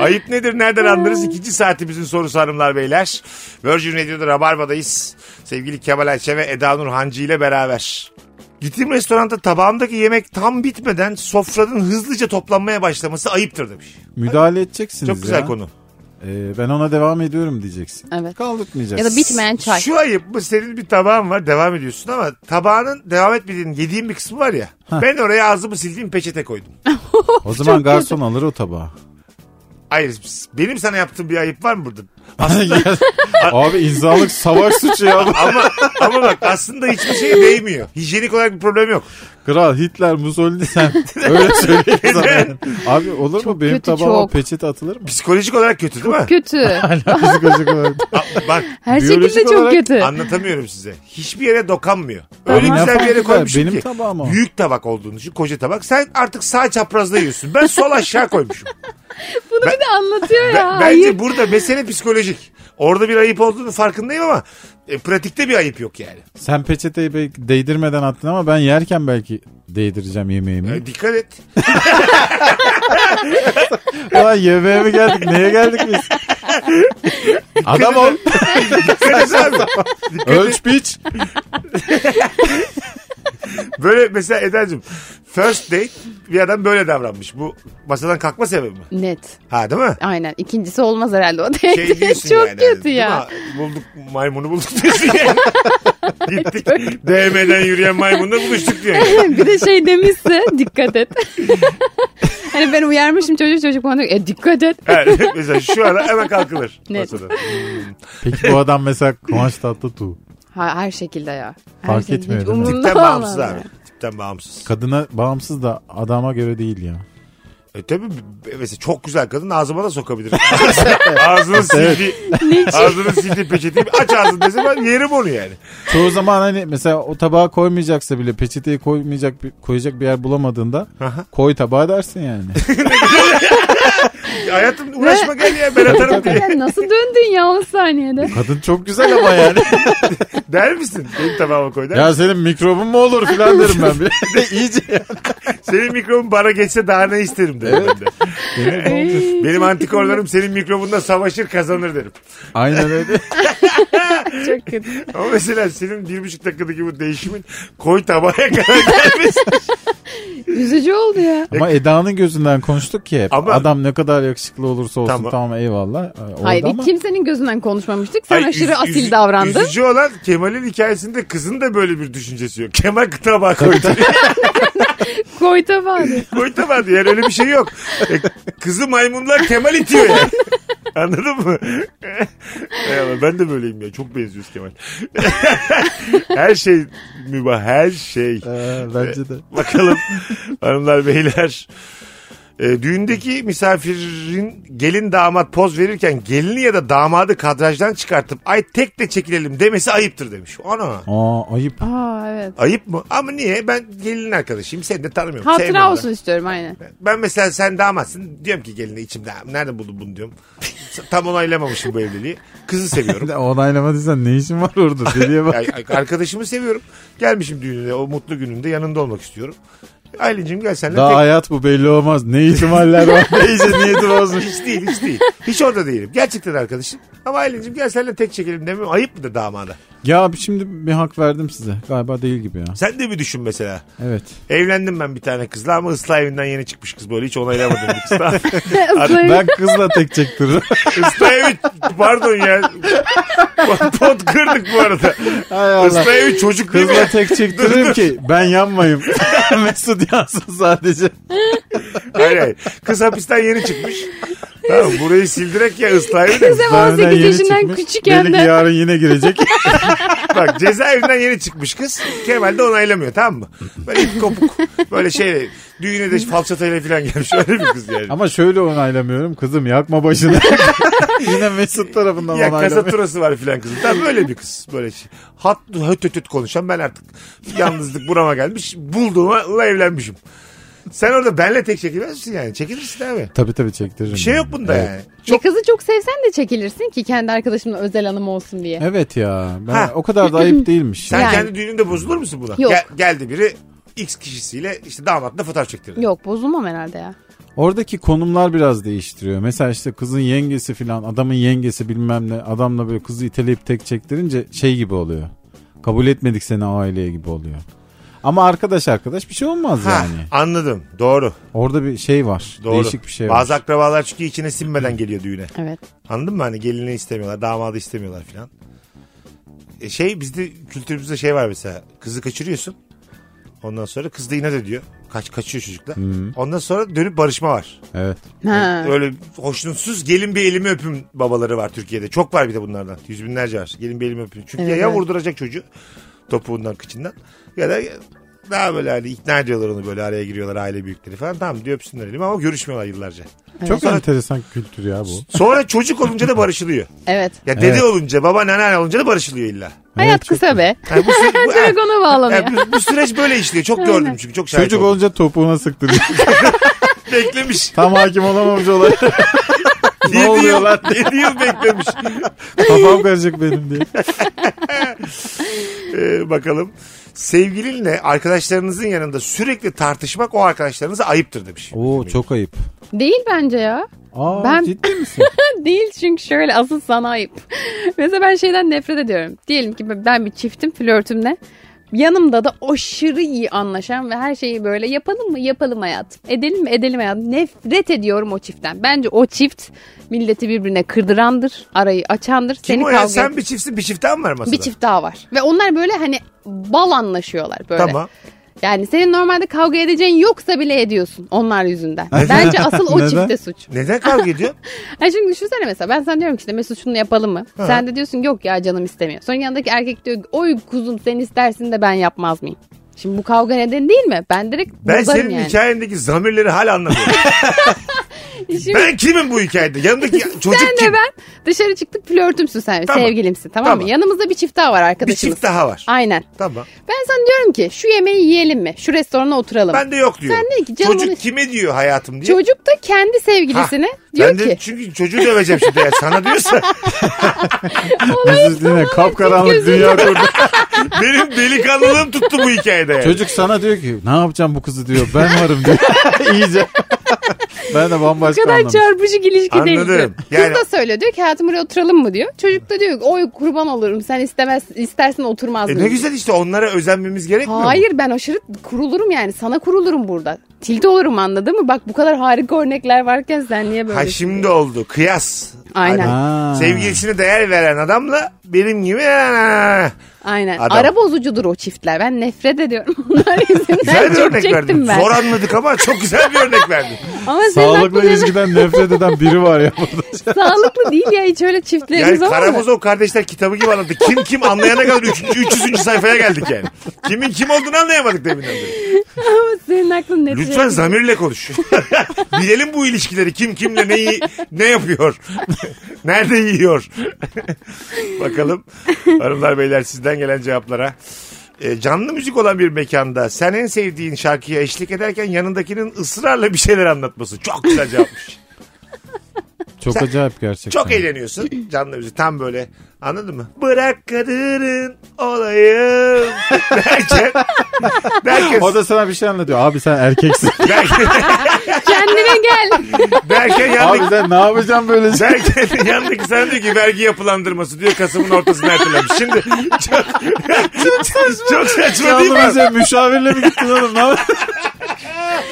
[SPEAKER 3] Ayıp nedir nereden anlarız? İkinci saatimizin sorusu hanımlar beyler. Virgin Radio'da Rabarba'dayız. Sevgili Kemal Ayşe ve Eda Nur Hancı ile beraber. Gittiğim restoranda tabağımdaki yemek tam bitmeden sofranın hızlıca toplanmaya başlaması ayıptır demiş.
[SPEAKER 4] Müdahale edeceksiniz
[SPEAKER 3] Çok güzel
[SPEAKER 4] ya.
[SPEAKER 3] konu.
[SPEAKER 4] Ee, ben ona devam ediyorum diyeceksin.
[SPEAKER 5] Evet. Ya
[SPEAKER 4] Kaldırtmayacaksın.
[SPEAKER 5] da bitmeyen çay.
[SPEAKER 3] Şu ayıp mı? Senin bir tabağın var devam ediyorsun ama tabağının devam etmediğin yediğin bir kısmı var ya. Ben oraya ağzımı sildiğim peçete koydum.
[SPEAKER 4] O zaman garson alır o tabağı.
[SPEAKER 3] Hayır benim sana yaptığım bir ayıp var mı burada?
[SPEAKER 4] Abi insanlık savaş suçu ya.
[SPEAKER 3] Ama ama bak aslında hiçbir şeye değmiyor. Hijyenik olarak bir problem yok.
[SPEAKER 4] Kral Hitler Mussolini sen. Öyle söyleyeyim sana. yani. Abi olur mu? Benim
[SPEAKER 5] kötü,
[SPEAKER 4] tabağıma
[SPEAKER 5] çok.
[SPEAKER 4] peçete atılır mı?
[SPEAKER 3] Psikolojik olarak kötü değil mi?
[SPEAKER 5] Kötü.
[SPEAKER 4] Hani Psikolojik olarak.
[SPEAKER 3] A- bak
[SPEAKER 5] Her
[SPEAKER 4] Biyolojik
[SPEAKER 5] şekilde çok
[SPEAKER 4] olarak
[SPEAKER 5] kötü.
[SPEAKER 3] anlatamıyorum size. Hiçbir yere dokanmıyor. Öyle
[SPEAKER 4] Ama ne
[SPEAKER 3] güzel bir
[SPEAKER 4] fark
[SPEAKER 3] yere
[SPEAKER 4] eder?
[SPEAKER 3] koymuşum
[SPEAKER 4] Benim
[SPEAKER 3] ki.
[SPEAKER 4] tabağım o.
[SPEAKER 3] Büyük tabak olduğunu düşün. Koca tabak. Sen artık sağ çaprazda yiyorsun. Ben sol aşağı koymuşum.
[SPEAKER 5] Bunu bir de anlatıyor ya.
[SPEAKER 3] Ben- bence
[SPEAKER 5] Hayır.
[SPEAKER 3] burada mesele psikolojik. Orada bir ayıp olduğunu farkındayım ama e, pratikte bir ayıp yok yani.
[SPEAKER 4] Sen peçeteyi belki değdirmeden attın ama ben yerken belki değdireceğim yemeğimi.
[SPEAKER 3] E, dikkat et.
[SPEAKER 4] Ulan yemeğe mi geldik? Neye geldik biz? Adam ol.
[SPEAKER 3] Dikkat et abi.
[SPEAKER 4] Ölç piç.
[SPEAKER 3] Böyle mesela Eda'cığım first date bir adam böyle davranmış. Bu masadan kalkma sebebi mi?
[SPEAKER 5] Net.
[SPEAKER 3] Ha değil mi?
[SPEAKER 5] Aynen. İkincisi olmaz herhalde o
[SPEAKER 3] Şey
[SPEAKER 5] date.
[SPEAKER 3] diyorsun
[SPEAKER 5] çok
[SPEAKER 3] yani,
[SPEAKER 5] kötü
[SPEAKER 3] değil
[SPEAKER 5] ya.
[SPEAKER 3] mi? Bulduk maymunu bulduk diyorsun yani. Gittik DM'den yürüyen maymunla buluştuk diyor. yani.
[SPEAKER 5] bir de şey demişse dikkat et. hani ben uyarmışım çocuk çocuk bana diyor, e dikkat et.
[SPEAKER 3] Evet, mesela şu ara hemen kalkılır.
[SPEAKER 5] Net.
[SPEAKER 3] Masadan.
[SPEAKER 4] Peki bu adam mesela kumaş tatlı tu.
[SPEAKER 5] Ha, her şekilde ya. Her
[SPEAKER 4] Fark
[SPEAKER 5] şekilde,
[SPEAKER 4] etmiyor
[SPEAKER 5] hiç
[SPEAKER 4] değil mi?
[SPEAKER 5] umurumda
[SPEAKER 3] Tipten
[SPEAKER 5] olmaz
[SPEAKER 3] bağımsız
[SPEAKER 5] yani.
[SPEAKER 3] abi. Tipten bağımsız.
[SPEAKER 4] Kadına bağımsız da adama göre değil ya.
[SPEAKER 3] E tabii mesela çok güzel kadın ağzıma da sokabilir. ağzını sildi. ağzını sildi peçeteyi. Aç ağzını dese ben yerim onu yani.
[SPEAKER 4] Çoğu zaman hani mesela o tabağa koymayacaksa bile peçeteyi koymayacak bir- koyacak bir yer bulamadığında koy tabağa dersin yani.
[SPEAKER 3] E, Hayatım uğraşma gel ya ben atarım diye.
[SPEAKER 5] Sen nasıl döndün ya 10 saniyede?
[SPEAKER 4] Kadın çok güzel ama yani.
[SPEAKER 3] Der misin? Benim tabağıma koy der
[SPEAKER 4] ya senin mikrobun mu olur filan derim ben. Bir de iyice.
[SPEAKER 3] Senin mikrobun bana geçse daha ne isterim derim ben de.
[SPEAKER 5] Ey,
[SPEAKER 3] Benim antikorlarım senin mikrobunla savaşır kazanır derim.
[SPEAKER 4] Aynen öyle.
[SPEAKER 5] Çok kötü.
[SPEAKER 3] Ama mesela senin bir buçuk dakikadaki bu değişimin koy tabağa kadar gelmesi.
[SPEAKER 5] Üzücü oldu ya.
[SPEAKER 4] Ama Eda'nın gözünden konuştuk ki hep.
[SPEAKER 3] Ama-
[SPEAKER 4] adam ne kadar yakışıklı olursa olsun
[SPEAKER 3] Tamam.
[SPEAKER 4] tamam, eyvallah. Ee, Orada
[SPEAKER 5] Hayır
[SPEAKER 4] ama
[SPEAKER 5] kimsenin gözünden konuşmamıştık. Sen
[SPEAKER 3] Ay,
[SPEAKER 5] aşırı
[SPEAKER 3] üz-
[SPEAKER 5] asil
[SPEAKER 3] üz-
[SPEAKER 5] davrandın.
[SPEAKER 3] Üzücü olan Kemal'in hikayesinde kızın da böyle bir düşüncesi yok. Kemal tabağa koy.
[SPEAKER 5] Koy tabanı.
[SPEAKER 3] Koy tabağa diyor. Yani öyle bir şey yok. E, kızı maymunlar Kemal itiyor yani. Anladın mı? Hay Allah, ben de böyleyim ya. Çok benziyoruz Kemal. her şey mübah. Her şey.
[SPEAKER 4] Ee, bence de.
[SPEAKER 3] Bakalım hanımlar beyler. E, düğündeki misafirin gelin damat poz verirken gelini ya da damadı kadrajdan çıkartıp ay tek de çekilelim demesi ayıptır demiş. Ana
[SPEAKER 4] Aa ayıp.
[SPEAKER 5] Aa evet.
[SPEAKER 3] ayıp mı? Ama niye? Ben gelin arkadaşıyım seni de tanımıyorum. sevmiyorum
[SPEAKER 5] Hatıra
[SPEAKER 3] da.
[SPEAKER 5] olsun istiyorum aynen.
[SPEAKER 3] Ben mesela sen damatsın diyorum ki geline içimde "Aa, nereden buldun bunu diyorum. Tam onaylamamışım bu evliliği. Kızı seviyorum.
[SPEAKER 4] Onaylamadıysan ne işin var orada? Deliye bak.
[SPEAKER 3] Ay- ay- arkadaşımı seviyorum. Gelmişim düğününe o mutlu gününde yanında olmak istiyorum. Aylin'cim gel senle
[SPEAKER 4] Daha
[SPEAKER 3] tek
[SPEAKER 4] hayat bu belli olmaz. Ne ihtimaller var. İyice niyeti bozmuş.
[SPEAKER 3] Hiç değil hiç değil. Hiç orada değilim. Gerçekten arkadaşım. Ama Aylin'cim gel seninle tek çekelim demiyorum. Ayıp mı da damada?
[SPEAKER 4] Ya abi şimdi bir hak verdim size. Galiba değil gibi ya.
[SPEAKER 3] Sen de bir düşün mesela.
[SPEAKER 4] Evet.
[SPEAKER 3] Evlendim ben bir tane kızla ama ıslah evinden yeni çıkmış kız böyle. Hiç onaylamadım bir kız daha.
[SPEAKER 4] Ben kızla tek çektiririm.
[SPEAKER 3] Islah evi pardon ya. Pot kırdık bu arada.
[SPEAKER 4] Hay Allah.
[SPEAKER 3] Islah evi çocuk değil mi?
[SPEAKER 4] Kızla tek çektiririm ki ben yanmayayım. Mesut yansın sadece.
[SPEAKER 3] Hayır hayır. Kız hapisten yeni çıkmış. Tamam burayı sildirek ya ıslah evi de.
[SPEAKER 5] Kızım
[SPEAKER 4] Zaten
[SPEAKER 5] 18
[SPEAKER 4] yeni
[SPEAKER 5] yaşından
[SPEAKER 4] çıkmış.
[SPEAKER 5] küçükken
[SPEAKER 4] Belli
[SPEAKER 5] de.
[SPEAKER 4] ki yarın yine girecek.
[SPEAKER 3] Bak cezaevinden yeni çıkmış kız. Kemal de onaylamıyor tamam mı? Böyle ip kopuk. Böyle şey düğüne de falçatayla falan gelmiş. Öyle bir kız yani.
[SPEAKER 4] Ama şöyle onaylamıyorum. Kızım yakma başını. yine Mesut tarafından
[SPEAKER 3] Ya
[SPEAKER 4] onaylamıyorum.
[SPEAKER 3] kasaturası var filan kızın. Tam böyle bir kız. Böyle şey. Hat höt höt höt konuşan ben artık yalnızlık burama gelmiş. Bulduğumla evlenmişim. Sen orada benle tek çekilmez misin yani? Çekilirsin abi.
[SPEAKER 4] Tabii tabii çektiririm.
[SPEAKER 3] Bir şey yok bunda
[SPEAKER 4] Evet.
[SPEAKER 3] yani.
[SPEAKER 5] Ya kızı çok sevsen de çekilirsin ki kendi arkadaşımla özel hanım olsun diye.
[SPEAKER 4] Evet ya. Ben
[SPEAKER 3] Ha.
[SPEAKER 4] o kadar da ayıp değilmiş.
[SPEAKER 3] Sen
[SPEAKER 5] Yani.
[SPEAKER 3] kendi düğününde bozulur musun buna?
[SPEAKER 5] Yok.
[SPEAKER 3] geldi biri X kişisiyle işte damatla fotoğraf çektirdi.
[SPEAKER 5] Yok bozulmam herhalde ya.
[SPEAKER 4] Oradaki konumlar biraz değiştiriyor. Mesela işte kızın yengesi filan adamın yengesi bilmem ne adamla böyle kızı iteleyip tek çektirince şey gibi oluyor. Kabul etmedik seni o aileye gibi oluyor. Ama arkadaş arkadaş bir şey olmaz
[SPEAKER 3] Ha,
[SPEAKER 4] yani.
[SPEAKER 3] anladım. Doğru.
[SPEAKER 4] Orada bir şey var.
[SPEAKER 3] Doğru.
[SPEAKER 4] Değişik bir şey var.
[SPEAKER 3] Bazı akrabalar çünkü içine sinmeden geliyor düğüne.
[SPEAKER 5] Evet.
[SPEAKER 3] Anladın mı? Hani gelini istemiyorlar, damadı istemiyorlar filan. E şey bizde kültürümüzde şey var mesela. Kızı kaçırıyorsun. Ondan sonra kız da inat ediyor. Kaç kaçıyor çocukla. Ondan sonra dönüp barışma var.
[SPEAKER 4] Evet.
[SPEAKER 5] Ha.
[SPEAKER 3] Öyle hoşnutsuz gelin bir elimi öpün babaları var Türkiye'de. Çok var bir de bunlardan. Yüz binlerce var. Gelin bir elimi öpün. Çünkü
[SPEAKER 5] Evet,
[SPEAKER 3] ya, ya
[SPEAKER 5] evet.
[SPEAKER 3] vurduracak çocuğu topuğundan kıçından ya da daha böyle hani ikna ediyorlar onu böyle araya giriyorlar aile büyükleri falan. Tamam diyor öpsünler elimi ama görüşmüyorlar yıllarca.
[SPEAKER 4] Çok enteresan kültür ya bu.
[SPEAKER 3] Sonra çocuk olunca da barışılıyor.
[SPEAKER 5] Evet.
[SPEAKER 3] Ya dede
[SPEAKER 4] Evet.
[SPEAKER 3] olunca baba nene olunca da barışılıyor illa.
[SPEAKER 5] Hayat
[SPEAKER 4] çok
[SPEAKER 5] kısa be.
[SPEAKER 3] Yani bu, sü- bu- er-
[SPEAKER 5] Direkt ona bağlanıyor.
[SPEAKER 3] yani bu, bu süreç böyle işliyor. Çok gördüm çünkü çok şahit
[SPEAKER 4] Çocuk
[SPEAKER 3] oldum.
[SPEAKER 4] olunca topuğuna sıktı. diye.
[SPEAKER 3] Beklemiş.
[SPEAKER 4] Tam hakim olamamış olay. ne
[SPEAKER 3] 7
[SPEAKER 4] oluyor
[SPEAKER 3] yıl,
[SPEAKER 4] lan?
[SPEAKER 3] 7 yıl beklemiş.
[SPEAKER 4] Kafam karışık benim diye.
[SPEAKER 3] Ee, bakalım. Sevgilinle arkadaşlarınızın yanında sürekli tartışmak o arkadaşlarınıza ayıptır demiş.
[SPEAKER 4] Oo çok ayıp.
[SPEAKER 3] er-
[SPEAKER 5] Değil bence ya.
[SPEAKER 4] Aa
[SPEAKER 5] Ben-
[SPEAKER 4] ciddi misin?
[SPEAKER 5] Değil çünkü şöyle asıl sana ayıp. Mesela ben şeyden nefret ediyorum. Diyelim ki ben bir çiftim flörtümle. Yanımda da aşırı iyi anlaşan ve her şeyi böyle yapalım mı yapalım hayat. Edelim mi edelim hayat. Nefret ediyorum o çiftten. Bence o çift milleti birbirine kırdırandır. Arayı açandır.
[SPEAKER 3] Kim
[SPEAKER 5] seni
[SPEAKER 3] o
[SPEAKER 5] kavga
[SPEAKER 3] ya? Sen bir çiftsin bir çiftten mi var masada?
[SPEAKER 5] bir çift daha var. Ve onlar böyle hani bal anlaşıyorlar böyle.
[SPEAKER 3] Tamam.
[SPEAKER 5] Yani senin normalde kavga edeceğin yoksa bile ediyorsun onlar yüzünden. Bence asıl o
[SPEAKER 4] Neden?
[SPEAKER 5] çifte suç.
[SPEAKER 3] Neden kavga ediyor?
[SPEAKER 5] Ha şimdi düşünsene mesela ben sana diyorum ki işte Mesut şunu yapalım mı? Sen de diyorsun yok ya canım istemiyor. Sonra yanındaki erkek diyor ki, oy kuzum sen istersin de ben yapmaz mıyım? Şimdi bu kavga nedeni değil mi? Ben direkt
[SPEAKER 3] Ben
[SPEAKER 5] bozarım
[SPEAKER 3] senin
[SPEAKER 5] yani.
[SPEAKER 3] hikayendeki zamirleri hala anlamıyorum.
[SPEAKER 5] Şimdi
[SPEAKER 3] ben kimim bu hikayede? Yanındaki çocuk
[SPEAKER 5] sen
[SPEAKER 3] kim?
[SPEAKER 5] de ben dışarı çıktık flörtümsün sen
[SPEAKER 3] Tamam.
[SPEAKER 5] sevgilimsin tamam,
[SPEAKER 3] Tamam.
[SPEAKER 5] mı? Yanımızda bir çift daha var
[SPEAKER 3] Bir
[SPEAKER 5] arkadaşımız.
[SPEAKER 3] çift daha var.
[SPEAKER 5] Aynen.
[SPEAKER 3] Tamam.
[SPEAKER 5] Ben sana diyorum ki şu yemeği yiyelim mi? Şu restorana oturalım.
[SPEAKER 3] Ben de yok diyorum.
[SPEAKER 5] Sen de ki canım
[SPEAKER 3] çocuk
[SPEAKER 5] onu-
[SPEAKER 3] kime diyor hayatım diye.
[SPEAKER 5] Çocuk da kendi sevgilisine
[SPEAKER 3] Ben
[SPEAKER 5] diyor
[SPEAKER 3] de
[SPEAKER 5] ki
[SPEAKER 3] çünkü çocuğu döveceğim şimdi. ya. Sana diyorsa
[SPEAKER 4] Mesut yine kapkaranlık
[SPEAKER 5] gözünü-
[SPEAKER 4] dünya kurdu.
[SPEAKER 3] benim delikanlılığım tuttu bu hikayede. Yani.
[SPEAKER 4] Çocuk sana diyor ki ne yapacağım bu kızı diyor. Ben varım diyor. İyice. ben de
[SPEAKER 5] Bu
[SPEAKER 4] bambaşka
[SPEAKER 5] kadar
[SPEAKER 4] anlamış.
[SPEAKER 5] çarpışık ilişki değil diyor.
[SPEAKER 3] Anladım. Yani-
[SPEAKER 5] Kız da söylüyor diyor ki hayatım buraya oturalım mı diyor. Çocuk da diyor ki oy kurban olurum sen istemez istersen oturmaz
[SPEAKER 3] E
[SPEAKER 5] mıyım?
[SPEAKER 3] ne güzel işte onlara özenmemiz gerekmiyor mu?
[SPEAKER 5] Hayır ben aşırı kurulurum yani sana kurulurum burada. Tilde olurum anladın mı? Bak bu kadar harika örnekler varken sen niye böyle?
[SPEAKER 3] Ha şimdi oldu. Kıyas.
[SPEAKER 5] Aynen.
[SPEAKER 3] Hani
[SPEAKER 4] Ha.
[SPEAKER 3] sevgilisine değer veren adamla benim gibi "Aa."
[SPEAKER 5] Aynen.
[SPEAKER 3] Adam.
[SPEAKER 5] Ara bozucudur o çiftler. Ben nefret ediyorum. Onlar yüzünden
[SPEAKER 3] Güzel bir
[SPEAKER 5] çok
[SPEAKER 3] örnek
[SPEAKER 5] çektim
[SPEAKER 3] verdin.
[SPEAKER 5] ben.
[SPEAKER 3] Zor anladık ama çok güzel bir örnek verdin.
[SPEAKER 5] Ama senin
[SPEAKER 4] Sağlıklı
[SPEAKER 5] aklın-
[SPEAKER 4] ilişkiden nefret eden biri var ya burada.
[SPEAKER 5] Sağlıklı değil ya hiç öyle çiftlerimiz
[SPEAKER 3] Yani
[SPEAKER 5] olmadı.
[SPEAKER 3] Karamazov kardeşler kitabı gibi anlattı. Kim kim anlayana kadar 3. 300. sayfaya geldik yani. Kimin kim olduğunu anlayamadık deminden beri.
[SPEAKER 5] Ama senin aklın net.
[SPEAKER 3] Lütfen zamirle konuş. Bilelim bu ilişkileri. Kim kimle neyi ne yapıyor? Nerede yiyor? Bakalım hanımlar beyler sizden gelen cevaplara. E, canlı müzik olan bir mekanda sen en sevdiğin şarkıya eşlik ederken yanındakinin ısrarla bir şeyler anlatması. Çok güzel cevapmış.
[SPEAKER 4] Çok acayip gerçekten.
[SPEAKER 3] Çok eğleniyorsun canlı müzik. Tam böyle anladın mı? Bırak kadının olayım derken derken,
[SPEAKER 4] O da sana bir şey anlatıyor. Abi sen erkeksin.
[SPEAKER 3] derken,
[SPEAKER 5] Kendine gel.
[SPEAKER 3] derken
[SPEAKER 4] Abi
[SPEAKER 3] yandık.
[SPEAKER 4] sen ne yapacaksın böyle?
[SPEAKER 3] Derken yandaki sen diyor ki vergi yapılandırması diyor Kasım'ın ortasına ertelenmiş. Şimdi çok, çok saçma, değil
[SPEAKER 4] Canlı
[SPEAKER 3] mi?
[SPEAKER 4] bize şey?" müşavirle mi gittin oğlum? Ne yapıyorsun?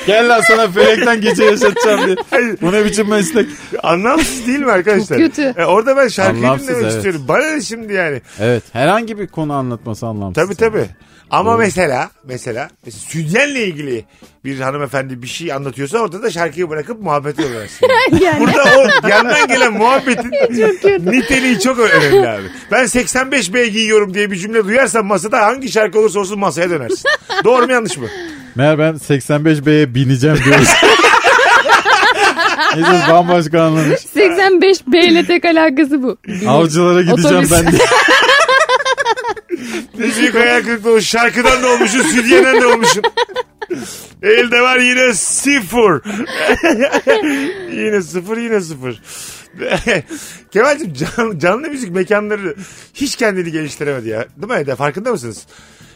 [SPEAKER 4] Gel lan sana felekten gece yaşatacağım diye.
[SPEAKER 3] Hayır.
[SPEAKER 4] Bu ne biçim meslek?
[SPEAKER 3] Anlamsız değil mi arkadaşlar?
[SPEAKER 5] Çok kötü.
[SPEAKER 3] E, orada ben şarkıyı
[SPEAKER 4] Anlamsız,
[SPEAKER 3] dinlemek
[SPEAKER 4] evet.
[SPEAKER 3] istiyorum. Bana ne şimdi yani?
[SPEAKER 4] Evet herhangi bir konu anlatması anlamsız.
[SPEAKER 3] Tabii tabii. Ama mesela mesela, mesela sünyenle ilgili bir hanımefendi bir şey anlatıyorsa orada da şarkıyı bırakıp muhabbeti öğrensin.
[SPEAKER 5] Yani.
[SPEAKER 3] Burada o yandan gelen muhabbetin niteliği çok önemli abi. Ben 85B giyiyorum diye bir cümle duyarsam masada hangi şarkı olursa olsun masaya dönersin. Doğru mu yanlış mı?
[SPEAKER 4] Meğer ben 85B'ye bineceğim diyoruz. Necdet bambaşka anlamış.
[SPEAKER 5] 85 B ile tek alakası bu.
[SPEAKER 4] Avcılara gideceğim
[SPEAKER 5] Otobüs.
[SPEAKER 4] ben diye.
[SPEAKER 3] Ne büyük hayal kırıklığı o şarkıdan da olmuşum, sütyenden de olmuşum. Elde var yine sıfır. yine sıfır, yine sıfır. Kemal'cim can- canlı müzik mekanları hiç kendini geliştiremedi ya. Değil mi Eda? Farkında mısınız?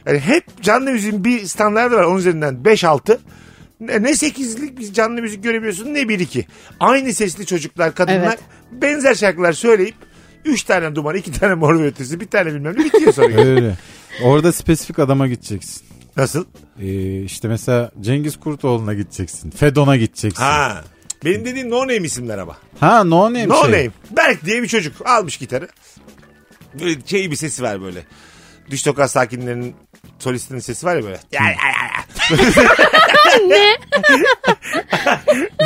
[SPEAKER 3] Yani hep canlı müziğin bir standardı var. Onun üzerinden 5-6. Ne 8'lik bir canlı müzik göremiyorsun ne 1-2. Aynı sesli çocuklar, kadınlar
[SPEAKER 5] Evet.
[SPEAKER 3] benzer şarkılar söyleyip 3 tane duman, 2 tane mor ve ötesi, bir tane bilmem ne bitiyor sonra.
[SPEAKER 4] Öyle. Orada spesifik adama gideceksin.
[SPEAKER 3] Nasıl?
[SPEAKER 4] Ee, işte mesela Cengiz Kurtoğlu'na gideceksin. Fedon'a gideceksin. Ha,
[SPEAKER 3] Ha. Benim dediğim no name isimler ama.
[SPEAKER 4] no name
[SPEAKER 3] No
[SPEAKER 4] şey.
[SPEAKER 3] name. Berk diye bir çocuk almış gitarı. Böyle şey bir sesi var böyle. Düş tokat sakinlerinin solistinin sesi var ya böyle.
[SPEAKER 5] Anne.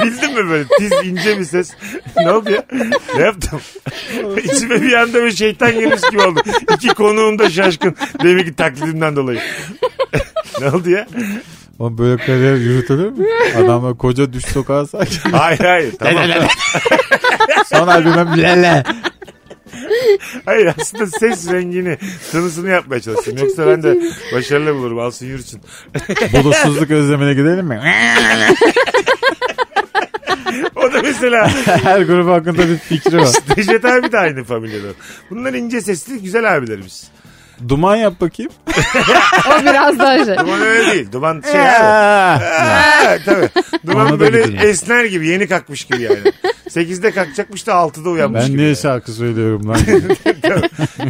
[SPEAKER 3] Bildin mi böyle tiz ince bir ses? ne oldu ya? Ne yaptım? İçime bir anda bir şeytan girmiş gibi oldu. İki konuğum da şaşkın. Demek ki taklidimden dolayı. ne oldu ya?
[SPEAKER 4] Ama böyle kariyer yürütülür mü? Adamla koca düş sokağa sanki.
[SPEAKER 3] Hayır hayır. Tamam.
[SPEAKER 4] Son albümüm lele.
[SPEAKER 3] Hayır aslında ses rengini, tınısını yapmaya çalıştım. Yoksa ben de başarılı bulurum. Alsın yürüsün.
[SPEAKER 4] Bulutsuzluk özlemine gidelim mi?
[SPEAKER 3] O da mesela
[SPEAKER 4] Her grup hakkında bir fikri var.
[SPEAKER 3] Necdet abi de aynı familyadan. Bunlar ince sesli güzel abilerimiz.
[SPEAKER 4] Duman yap bakayım.
[SPEAKER 5] O biraz daha şey.
[SPEAKER 3] Duman öyle değil. Duman şey abi.
[SPEAKER 4] Eee.
[SPEAKER 3] Ha, tabii.
[SPEAKER 4] Ona
[SPEAKER 3] Duman
[SPEAKER 4] da
[SPEAKER 3] böyle
[SPEAKER 4] gidelim.
[SPEAKER 3] esner gibi yeni kalkmış gibi yani. 8'de kalkacakmış da 6'da uyanmış
[SPEAKER 4] ben
[SPEAKER 3] gibi.
[SPEAKER 4] niye şarkı söylüyorum lan?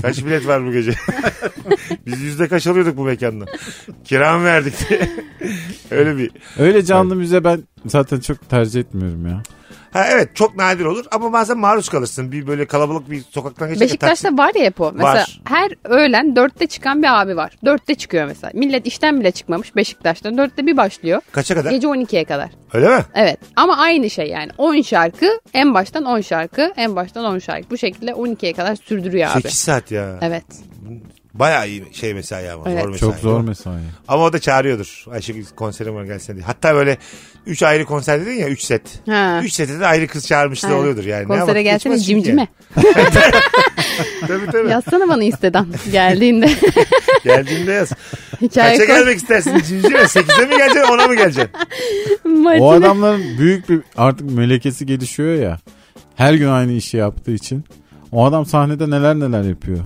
[SPEAKER 3] Kaç bilet var bu gece? Biz yüzde kaç alıyorduk bu mekanda? Kiram verdik diye. Öyle bir.
[SPEAKER 4] Öyle canlı müze ben zaten çok tercih etmiyorum ya.
[SPEAKER 3] Ha evet çok nadir olur ama bazen maruz kalırsın. Bir böyle kalabalık bir sokaktan geçince taksi-
[SPEAKER 5] Beşiktaş'ta var ya hep o. Mesela
[SPEAKER 3] Var.
[SPEAKER 5] her öğlen dörtte çıkan bir abi var. Dörtte çıkıyor mesela. Millet işten bile çıkmamış Beşiktaş'ta. Dörtte bir başlıyor.
[SPEAKER 3] Kaça kadar?
[SPEAKER 5] Gece 12'ye kadar.
[SPEAKER 3] Öyle mi?
[SPEAKER 5] Evet ama aynı şey yani 10 şarkı en baştan 10 şarkı en baştan 10 şarkı bu şekilde 12'ye kadar sürdürüyor abi.
[SPEAKER 3] 8 saat ya.
[SPEAKER 5] Evet.
[SPEAKER 3] Bayağı iyi şey mesai ama.
[SPEAKER 5] Evet.
[SPEAKER 3] Zor mesai.
[SPEAKER 4] Çok zor mesai.
[SPEAKER 3] Ama o da çağırıyordur. Ayşegül konserim var gelsene diye. Hatta böyle 3 ayrı konser dedin ya 3 set.
[SPEAKER 5] Ha.
[SPEAKER 3] 3 sete de ayrı kız çağırmışlığı
[SPEAKER 5] Evet.
[SPEAKER 3] oluyordur yani. Ne
[SPEAKER 5] Konsere
[SPEAKER 3] yapalım?
[SPEAKER 5] gelsene
[SPEAKER 3] Geçmez çünkü
[SPEAKER 5] cimcime.
[SPEAKER 3] yani. Tabii tabii.
[SPEAKER 5] Yazsana bana isteden geldiğinde.
[SPEAKER 3] Geldiğinde yaz.
[SPEAKER 5] Hikaye
[SPEAKER 3] Kaça
[SPEAKER 5] koy.
[SPEAKER 3] gelmek istersin cimcime? 8'de mi geleceksin 10'a mı geleceksin?
[SPEAKER 4] O
[SPEAKER 5] Matine.
[SPEAKER 4] adamların büyük bir artık melekesi gelişiyor ya. Her gün aynı işi yaptığı için. O adam sahnede neler neler yapıyor.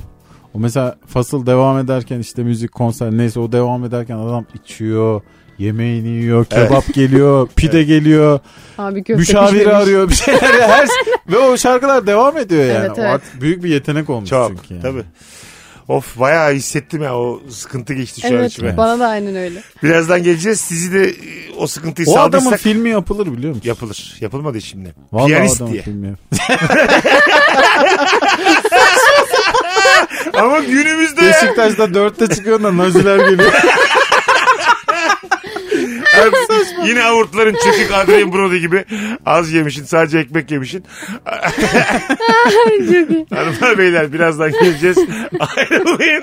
[SPEAKER 4] O mesela fasıl devam ederken işte müzik konser neyse o devam ederken adam içiyor. Yemeğini yiyor, kebap geliyor, pide geliyor,
[SPEAKER 5] Abi köfte
[SPEAKER 4] müşaviri
[SPEAKER 5] pişmemiş.
[SPEAKER 4] arıyor bir şeyler her ve o şarkılar devam ediyor yani.
[SPEAKER 5] Evet,
[SPEAKER 4] O
[SPEAKER 5] evet.
[SPEAKER 4] artık büyük bir yetenek olmuş
[SPEAKER 3] Çok.
[SPEAKER 4] çünkü. Yani.
[SPEAKER 3] Tabii. Of bayağı hissettim ya o sıkıntı geçti şu an
[SPEAKER 5] Evet
[SPEAKER 3] içime.
[SPEAKER 5] bana da aynen öyle.
[SPEAKER 3] Birazdan geleceğiz. Sizi de e, o sıkıntıyı
[SPEAKER 4] O adamın
[SPEAKER 3] saldırsak
[SPEAKER 4] filmi yapılır biliyor musun?
[SPEAKER 3] yapılır. Yapılmadı şimdi.
[SPEAKER 4] Vallahi
[SPEAKER 3] Piyanist
[SPEAKER 4] adamın
[SPEAKER 3] diye.
[SPEAKER 4] filmi yap-
[SPEAKER 3] Ama günümüzde ya.
[SPEAKER 4] Beşiktaş'ta dörtte çıkıyor da naziler geliyor.
[SPEAKER 3] Yine avurtların çekik Adrien Brody gibi az yemişin sadece ekmek yemişin. Hanımlar beyler birazdan geleceğiz. Ayrılmayın.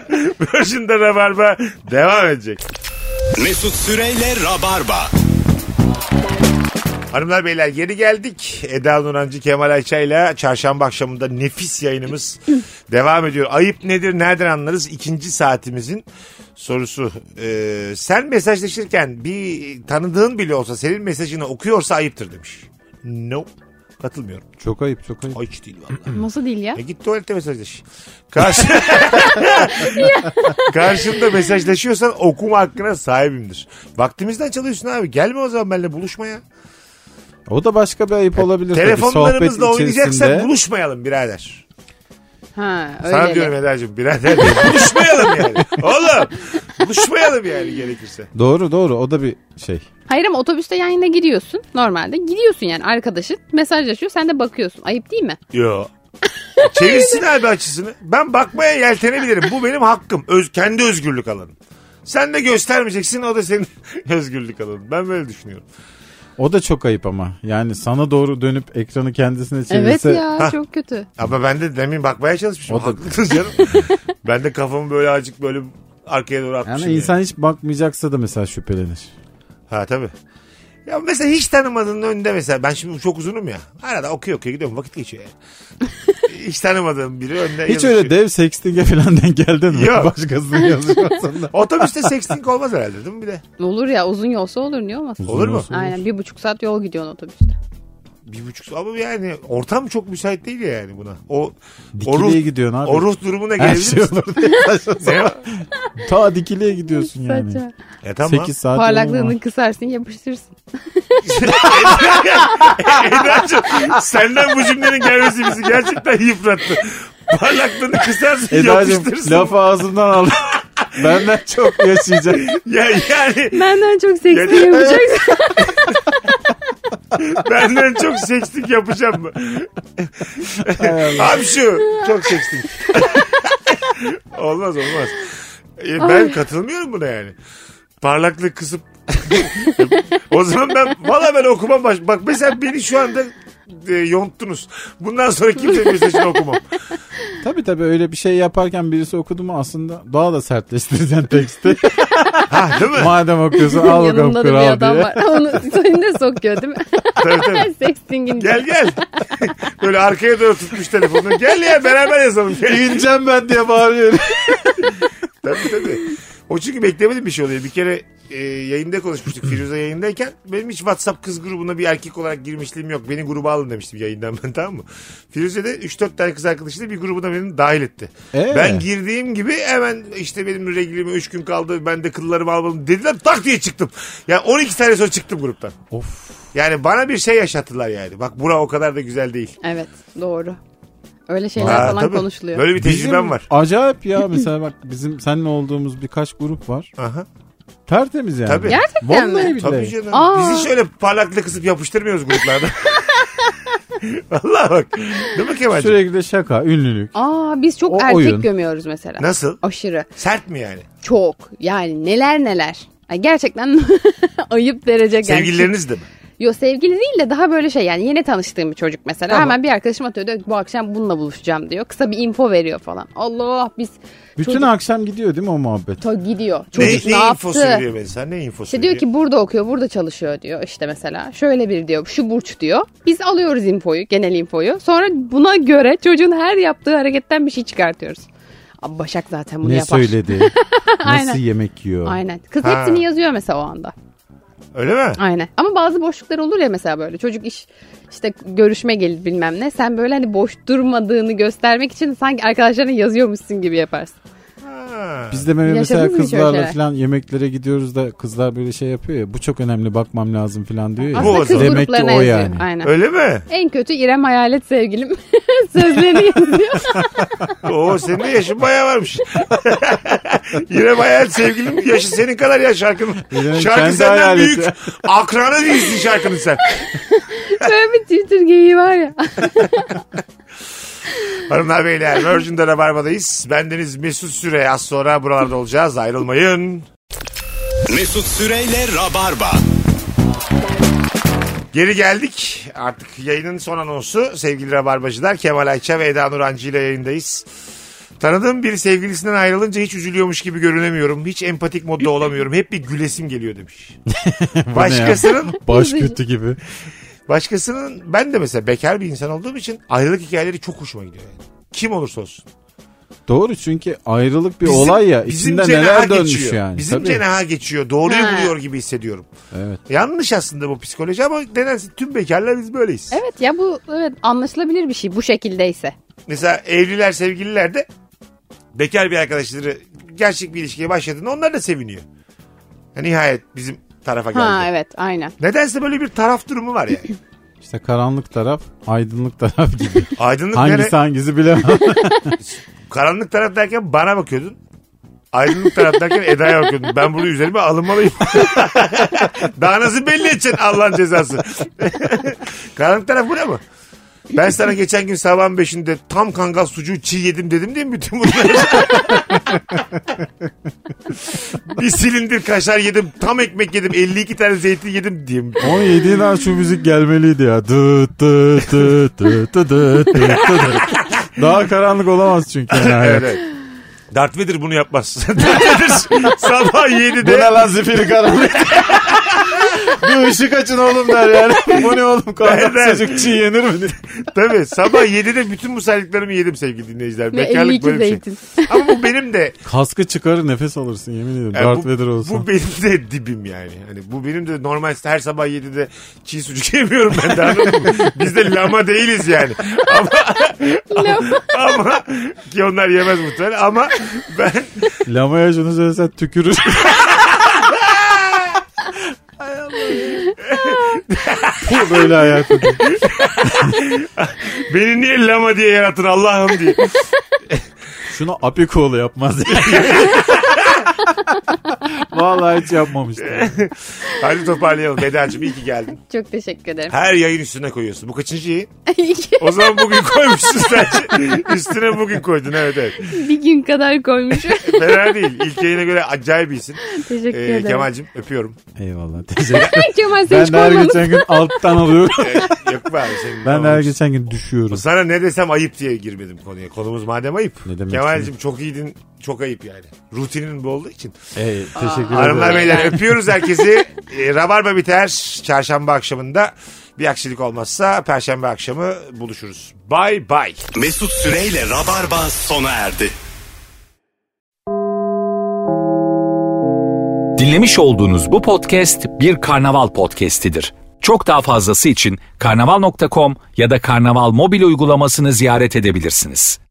[SPEAKER 3] Virgin'de Rabarba devam edecek.
[SPEAKER 2] Mesut Süreyle Rabarba.
[SPEAKER 3] Hanımlar beyler geri geldik. Eda Nurancı Kemal Ayça ile çarşamba akşamında nefis yayınımız devam ediyor. Ayıp nedir nereden anlarız ikinci saatimizin sorusu. Ee, sen mesajlaşırken bir tanıdığın bile olsa senin mesajını okuyorsa ayıptır demiş. Nope. Katılmıyorum.
[SPEAKER 4] çok ayıp çok ayıp.
[SPEAKER 3] Ay hiç değil vallahi.
[SPEAKER 5] Nasıl değil ya?
[SPEAKER 3] E git tuvalete mesajlaş. Karşı... Karşımda mesajlaşıyorsan okuma hakkına sahibimdir. Vaktimizden çalıyorsun abi. Gelme o zaman benimle buluşmaya.
[SPEAKER 4] O da başka bir ayıp olabilir. tabii. Sohbet
[SPEAKER 3] E, Telefonlarımızla oynayacaksak
[SPEAKER 4] içerisinde-
[SPEAKER 3] buluşmayalım birader.
[SPEAKER 5] Ha öyle.
[SPEAKER 3] Sana diyorum Eda'cığım birader diye. buluşmayalım yani. Oğlum buluşmayalım yani gerekirse.
[SPEAKER 4] Doğru doğru o da bir şey.
[SPEAKER 5] Hayır ama otobüste yayına giriyorsun normalde. Gidiyorsun yani arkadaşın mesajlaşıyor sen de bakıyorsun. Ayıp değil mi?
[SPEAKER 3] Yo. Çevirsin abi açısını. Ben bakmaya yeltenebilirim. Bu benim hakkım. Öz, kendi özgürlük alanım. Sen de göstermeyeceksin o da senin özgürlük alanın. Ben böyle düşünüyorum.
[SPEAKER 4] O da çok ayıp ama. Yani sana doğru dönüp ekranı kendisine çevirse.
[SPEAKER 5] evet ya
[SPEAKER 3] Ha.
[SPEAKER 5] çok kötü.
[SPEAKER 3] Ama ben de demin bakmaya çalışmışım.
[SPEAKER 4] O da-
[SPEAKER 3] Haklısınız canım. ben de kafamı böyle acık böyle arkaya doğru atmışım.
[SPEAKER 4] Yani
[SPEAKER 3] yani.
[SPEAKER 4] insan hiç bakmayacaksa da mesela şüphelenir.
[SPEAKER 3] Şey Ha tabii. Ya mesela hiç tanımadığının önünde mesela ben şimdi çok uzunum ya. Arada okuyor okuyor gidiyorum vakit geçiyor yani. hiç tanımadığım biri önüne
[SPEAKER 4] Hiç öyle dev sexting'e falan denk geldin mi?
[SPEAKER 3] Yok.
[SPEAKER 4] Başkasının yazışmasında.
[SPEAKER 3] Otobüste sexting olmaz herhalde değil mi bir de?
[SPEAKER 5] Olur ya uzun yolsa olur niye olmasın?
[SPEAKER 4] Uzun
[SPEAKER 3] Olur mu?
[SPEAKER 4] olsun.
[SPEAKER 5] Aynen bir buçuk saat yol gidiyorsun otobüste.
[SPEAKER 3] Bir buçuk ama yani ortam çok müsait değil ya yani buna. O, o,
[SPEAKER 4] Dikiliye
[SPEAKER 3] ruh,
[SPEAKER 4] gidiyorsun abi.
[SPEAKER 3] o ruh durumuna
[SPEAKER 4] Her
[SPEAKER 3] gelebilir
[SPEAKER 4] şey
[SPEAKER 3] misin?
[SPEAKER 4] olur diye saçma
[SPEAKER 3] Ne o?
[SPEAKER 4] sapan. Ta dikiliye gidiyorsun yani.
[SPEAKER 5] Saçma.
[SPEAKER 3] Ya E, tamam.
[SPEAKER 4] 8 saat yolun var.
[SPEAKER 5] Parlaklığını kısarsın yapıştırırsın.
[SPEAKER 3] Eda'cığım senden bu cümlenin gelmesi bizi gerçekten yıprattı. Parlaklığını kısarsın
[SPEAKER 4] Eda'cığım
[SPEAKER 3] yapıştırırsın.
[SPEAKER 4] lafı ağzımdan aldı. Benden çok yaşayacak.
[SPEAKER 3] Ya yani
[SPEAKER 5] Benden çok seksi
[SPEAKER 3] Yani-
[SPEAKER 5] yapacaksın.
[SPEAKER 3] Benden çok sekstik yapacağım mı? Abi şu çok sekstik. olmaz olmaz. E, ben katılmıyorum buna yani. Parlaklık kısıp o zaman ben valla ben okumam. Baş... Bak mesela beni şu anda e, yonttunuz. Bundan sonra kimsenin mesajını okumam.
[SPEAKER 4] Tabii tabii öyle bir şey yaparken birisi okudu mu aslında daha da sertleştireceksin teksti.
[SPEAKER 3] Ha değil mi?
[SPEAKER 4] Madem okuyorsun al bakalım
[SPEAKER 5] Yanında da bir
[SPEAKER 4] kral
[SPEAKER 5] adam
[SPEAKER 4] diye.
[SPEAKER 5] var. Onu seni de sokuyor değil mi?
[SPEAKER 3] Tabii, tabii.
[SPEAKER 5] Sexting'in
[SPEAKER 3] Gel gel. Böyle arkaya doğru tutmuş telefonu. Gel ya beraber yazalım. Gel.
[SPEAKER 4] İneceğim ben diye bağırıyor.
[SPEAKER 3] tabii tabii. O çünkü beklemedim bir şey oluyor. Bir kere e, yayında konuşmuştuk Firuze yayındayken. Benim hiç WhatsApp kız grubuna bir erkek olarak girmişliğim yok. Beni gruba alın demiştim yayından ben tamam mı? Firuze de 3-4 tane kız arkadaşıyla bir grubuna beni dahil etti.
[SPEAKER 4] Ee?
[SPEAKER 3] Ben girdiğim gibi hemen işte benim regülüme 3 gün kaldı. Ben de kıllarımı almadım dediler tak diye çıktım. Yani 12 sene sonra çıktım gruptan.
[SPEAKER 4] of.
[SPEAKER 3] Yani bana bir şey yaşattılar yani. Bak bura o kadar da güzel değil.
[SPEAKER 5] Evet doğru. Öyle şeyler
[SPEAKER 3] Ha,
[SPEAKER 5] falan
[SPEAKER 3] tabii.
[SPEAKER 5] konuşuluyor.
[SPEAKER 3] Böyle bir tecrübem
[SPEAKER 4] Bizim
[SPEAKER 3] var.
[SPEAKER 4] Acayip ya mesela bak bizim seninle olduğumuz birkaç grup var.
[SPEAKER 3] Aha.
[SPEAKER 4] Tertemiz yani.
[SPEAKER 3] Tabii.
[SPEAKER 5] Gerçekten mi?
[SPEAKER 4] Vallahi
[SPEAKER 3] Tabii
[SPEAKER 4] billahi.
[SPEAKER 3] canım.
[SPEAKER 5] Aa.
[SPEAKER 3] Bizi şöyle parlakla kısıp yapıştırmıyoruz gruplarda. Vallahi bak. Değil mi Kemal'cim?
[SPEAKER 4] Sürekli şaka, ünlülük.
[SPEAKER 5] Aa biz çok
[SPEAKER 4] O
[SPEAKER 5] erkek
[SPEAKER 4] oyun.
[SPEAKER 5] gömüyoruz mesela.
[SPEAKER 3] Nasıl?
[SPEAKER 5] Aşırı.
[SPEAKER 3] Sert mi yani?
[SPEAKER 5] Çok. Yani neler neler. Ay, gerçekten ayıp derece geldi.
[SPEAKER 3] Sevgilileriniz de mi?
[SPEAKER 5] Yo sevgili değil de daha böyle şey yani yeni tanıştığım bir çocuk mesela. Hemen bir arkadaşım atıyor diyor ki bu akşam bununla buluşacağım diyor. Kısa bir info veriyor falan. Allah biz
[SPEAKER 4] Bütün
[SPEAKER 5] çocuk
[SPEAKER 4] akşam gidiyor değil mi o muhabbet?
[SPEAKER 5] to gidiyor.
[SPEAKER 3] Ne,
[SPEAKER 5] Çocuk ne,
[SPEAKER 3] ne infosu
[SPEAKER 5] yaptı?
[SPEAKER 3] veriyor mesela? Ne infosu
[SPEAKER 5] İşte diyor
[SPEAKER 3] veriyor?
[SPEAKER 5] ki burada okuyor, burada çalışıyor diyor işte mesela. Şöyle bir diyor, şu burç diyor. Biz alıyoruz infoyu, genel infoyu. Sonra buna göre çocuğun her yaptığı hareketten bir şey çıkartıyoruz. Abi Başak zaten bunu
[SPEAKER 4] ne
[SPEAKER 5] yapar.
[SPEAKER 4] söyledi?
[SPEAKER 5] Aynen.
[SPEAKER 4] Nasıl yemek yiyor?
[SPEAKER 5] Aynen. Kız
[SPEAKER 3] Ha.
[SPEAKER 5] hepsini yazıyor mesela o anda.
[SPEAKER 3] Öyle mi?
[SPEAKER 5] Aynen. Ama bazı boşluklar olur ya mesela böyle. Çocuk iş işte görüşme gelir bilmem ne. Sen böyle hani boş durmadığını göstermek için sanki arkadaşlarına yazıyormuşsun gibi yaparsın.
[SPEAKER 3] Ha.
[SPEAKER 4] Biz de böyle mesela
[SPEAKER 5] Yaşadınız mı hiç öyle
[SPEAKER 4] kızlarla
[SPEAKER 5] şeyler?
[SPEAKER 4] falan yemeklere gidiyoruz da kızlar böyle şey yapıyor ya bu çok önemli bakmam lazım falan diyor ya.
[SPEAKER 5] Aslında
[SPEAKER 3] o
[SPEAKER 5] kız
[SPEAKER 3] zaman.
[SPEAKER 4] Demek ki
[SPEAKER 5] gruplarına
[SPEAKER 4] o
[SPEAKER 5] yazıyor.
[SPEAKER 4] yani.
[SPEAKER 5] Aynen.
[SPEAKER 3] Öyle mi?
[SPEAKER 5] En kötü İrem hayalet sevgilim sözlerini yazıyor.
[SPEAKER 3] Oo senin de yaşın bayağı varmış. Yine bayağı sevgilim yaşı senin kadar ya şarkının.
[SPEAKER 4] İrem'in
[SPEAKER 3] Şarkı
[SPEAKER 4] kendi
[SPEAKER 3] senden
[SPEAKER 4] hayaleti.
[SPEAKER 3] büyük. Akranı değilsin şarkının sen.
[SPEAKER 5] Böyle bir Twitter geyiği var ya.
[SPEAKER 3] Hanımlar beyler Virgin'de Rabarba'dayız. Bendeniz Mesut Süre az sonra buralarda olacağız. Ayrılmayın.
[SPEAKER 2] Mesut Süreyle Rabarba.
[SPEAKER 3] Geri geldik. Artık yayının son anonsu. Sevgili Rabarbacılar Kemal Ayça ve Eda Nurancı ile yayındayız. Tanıdığım bir sevgilisinden ayrılınca hiç üzülüyormuş gibi görünemiyorum. Hiç empatik modda olamıyorum. Hep bir gülesim geliyor demiş. başkasının,
[SPEAKER 4] Baş kötü gibi.
[SPEAKER 3] başkasının ben de mesela bekar bir insan olduğum için ayrılık hikayeleri çok hoşuma gidiyor. yani. Kim olursa olsun.
[SPEAKER 4] Doğru çünkü ayrılık bir
[SPEAKER 3] Bizim-
[SPEAKER 4] olay ya
[SPEAKER 3] bizim
[SPEAKER 4] içinde
[SPEAKER 3] cenaha
[SPEAKER 4] neler dönmüş
[SPEAKER 3] geçiyor.
[SPEAKER 4] yani.
[SPEAKER 3] Bizim
[SPEAKER 4] Tabii.
[SPEAKER 3] cenaha geçiyor. Doğruyu
[SPEAKER 5] Ha.
[SPEAKER 3] buluyor gibi hissediyorum.
[SPEAKER 4] Evet.
[SPEAKER 3] Yanlış aslında bu psikoloji ama denersin tüm bekarlar biz böyleyiz.
[SPEAKER 5] Evet ya bu evet anlaşılabilir bir şey bu şekildeyse.
[SPEAKER 3] Mesela evliler sevgililer de bekar bir arkadaşları gerçek bir ilişkiye başladığında onlar da seviniyor. Ya nihayet bizim tarafa geldi.
[SPEAKER 5] Ha evet aynen.
[SPEAKER 3] Nedense böyle bir taraf durumu var yani.
[SPEAKER 4] İşte karanlık taraf, aydınlık taraf gibi.
[SPEAKER 3] Aydınlık
[SPEAKER 4] Hangisi
[SPEAKER 3] nere-
[SPEAKER 4] hangisi bilemem.
[SPEAKER 3] Karanlık taraf derken bana bakıyordun. Aydınlık taraf derken Eda'ya bakıyordun. Ben bunu üzerime alınmalıyım. Daha nasıl belli edeceksin Allah'ın cezası. Karanlık taraf bu ne mi? Ben sana geçen gün sabahın beşinde tam kangal sucuğu çiğ yedim dedim değil mi bütün bunları? bir silindir kaşar yedim, tam ekmek yedim, 52 tane zeytin yedim diye mi?
[SPEAKER 4] Onun yediğin an şu müzik gelmeliydi ya. Dıt dıt dıt dıt dıt dıt dıt dıt. Daha karanlık olamaz çünkü.
[SPEAKER 3] Evet.
[SPEAKER 4] nihayet.
[SPEAKER 3] evet. Darth Vader bunu yapmaz. Darth Vader sabah 7'de.
[SPEAKER 4] Bu ne lan zifiri karanlık? Bir ışık açın oğlum der yani. Bu ne oğlum
[SPEAKER 3] Ben- ben-
[SPEAKER 4] karanlık çocuk çiğ yenir mi? diye.
[SPEAKER 3] Tabii sabah 7'de bütün bu saydıklarımı yedim sevgili dinleyiciler.
[SPEAKER 5] Ve
[SPEAKER 3] Bekarlık
[SPEAKER 5] 52
[SPEAKER 3] böyle bir şey.
[SPEAKER 5] zeytin.
[SPEAKER 3] Ama bu benim de
[SPEAKER 4] Kaskı çıkarır nefes alırsın yemin ederim.
[SPEAKER 3] yani
[SPEAKER 4] Darth
[SPEAKER 3] E, bu,
[SPEAKER 4] Vader olsun.
[SPEAKER 3] bu benim de dibim yani. Hani bu benim de normal her sabah 7'de çiğ sucuk yemiyorum ben de anladın mı? Biz de lama değiliz yani. Ama, ama, ama ki onlar yemez muhtemelen ama ben
[SPEAKER 4] Lamaya şunu söylesen tükürür. Bu böyle hayatı.
[SPEAKER 3] beni niye lama diye yaratın Allah'ım diye.
[SPEAKER 4] Şunu apikoğlu yapmaz. Vallahi hiç yapmamıştım.
[SPEAKER 3] Hadi toparlayalım Bedacığım iyi ki geldin.
[SPEAKER 5] Çok teşekkür ederim.
[SPEAKER 3] Her yayın üstüne koyuyorsun. Bu kaçıncı yayın? O zaman bugün koymuşsun sen. üstüne bugün koydun evet evet.
[SPEAKER 5] bir gün kadar koymuşum.
[SPEAKER 3] Fena değil. İlk yayına göre acayip iyisin.
[SPEAKER 5] teşekkür
[SPEAKER 3] Ee,
[SPEAKER 5] ederim. Kemal,
[SPEAKER 3] Kemal'cim öpüyorum.
[SPEAKER 4] Eyvallah. Teşekkür
[SPEAKER 5] Kemal sen
[SPEAKER 4] Ben
[SPEAKER 5] hiç
[SPEAKER 4] de her
[SPEAKER 5] koymadın.
[SPEAKER 4] geçen gün alttan alıyorum.
[SPEAKER 3] Yok be abi senin.
[SPEAKER 4] ben de her
[SPEAKER 3] olmuş.
[SPEAKER 4] geçen gün düşüyorum.
[SPEAKER 3] Sana ne desem ayıp diye girmedim konuya. Konumuz madem ayıp.
[SPEAKER 4] Ne demek
[SPEAKER 3] Kemal'cim çok iyiydin. Çok ayıp yani. Rutinin bu olduğu için.
[SPEAKER 4] Evet, teşekkür
[SPEAKER 3] Hanımlar
[SPEAKER 4] ederim.
[SPEAKER 3] beyler öpüyoruz herkesi. e, Rabarba biter. Çarşamba akşamında bir aksilik olmazsa perşembe akşamı buluşuruz. Bay bay.
[SPEAKER 2] Mesut Süreyle Rabarba sona erdi.
[SPEAKER 1] Dinlemiş olduğunuz bu podcast bir karnaval podcastidir. Çok daha fazlası için karnaval.com ya da karnaval mobil uygulamasını ziyaret edebilirsiniz.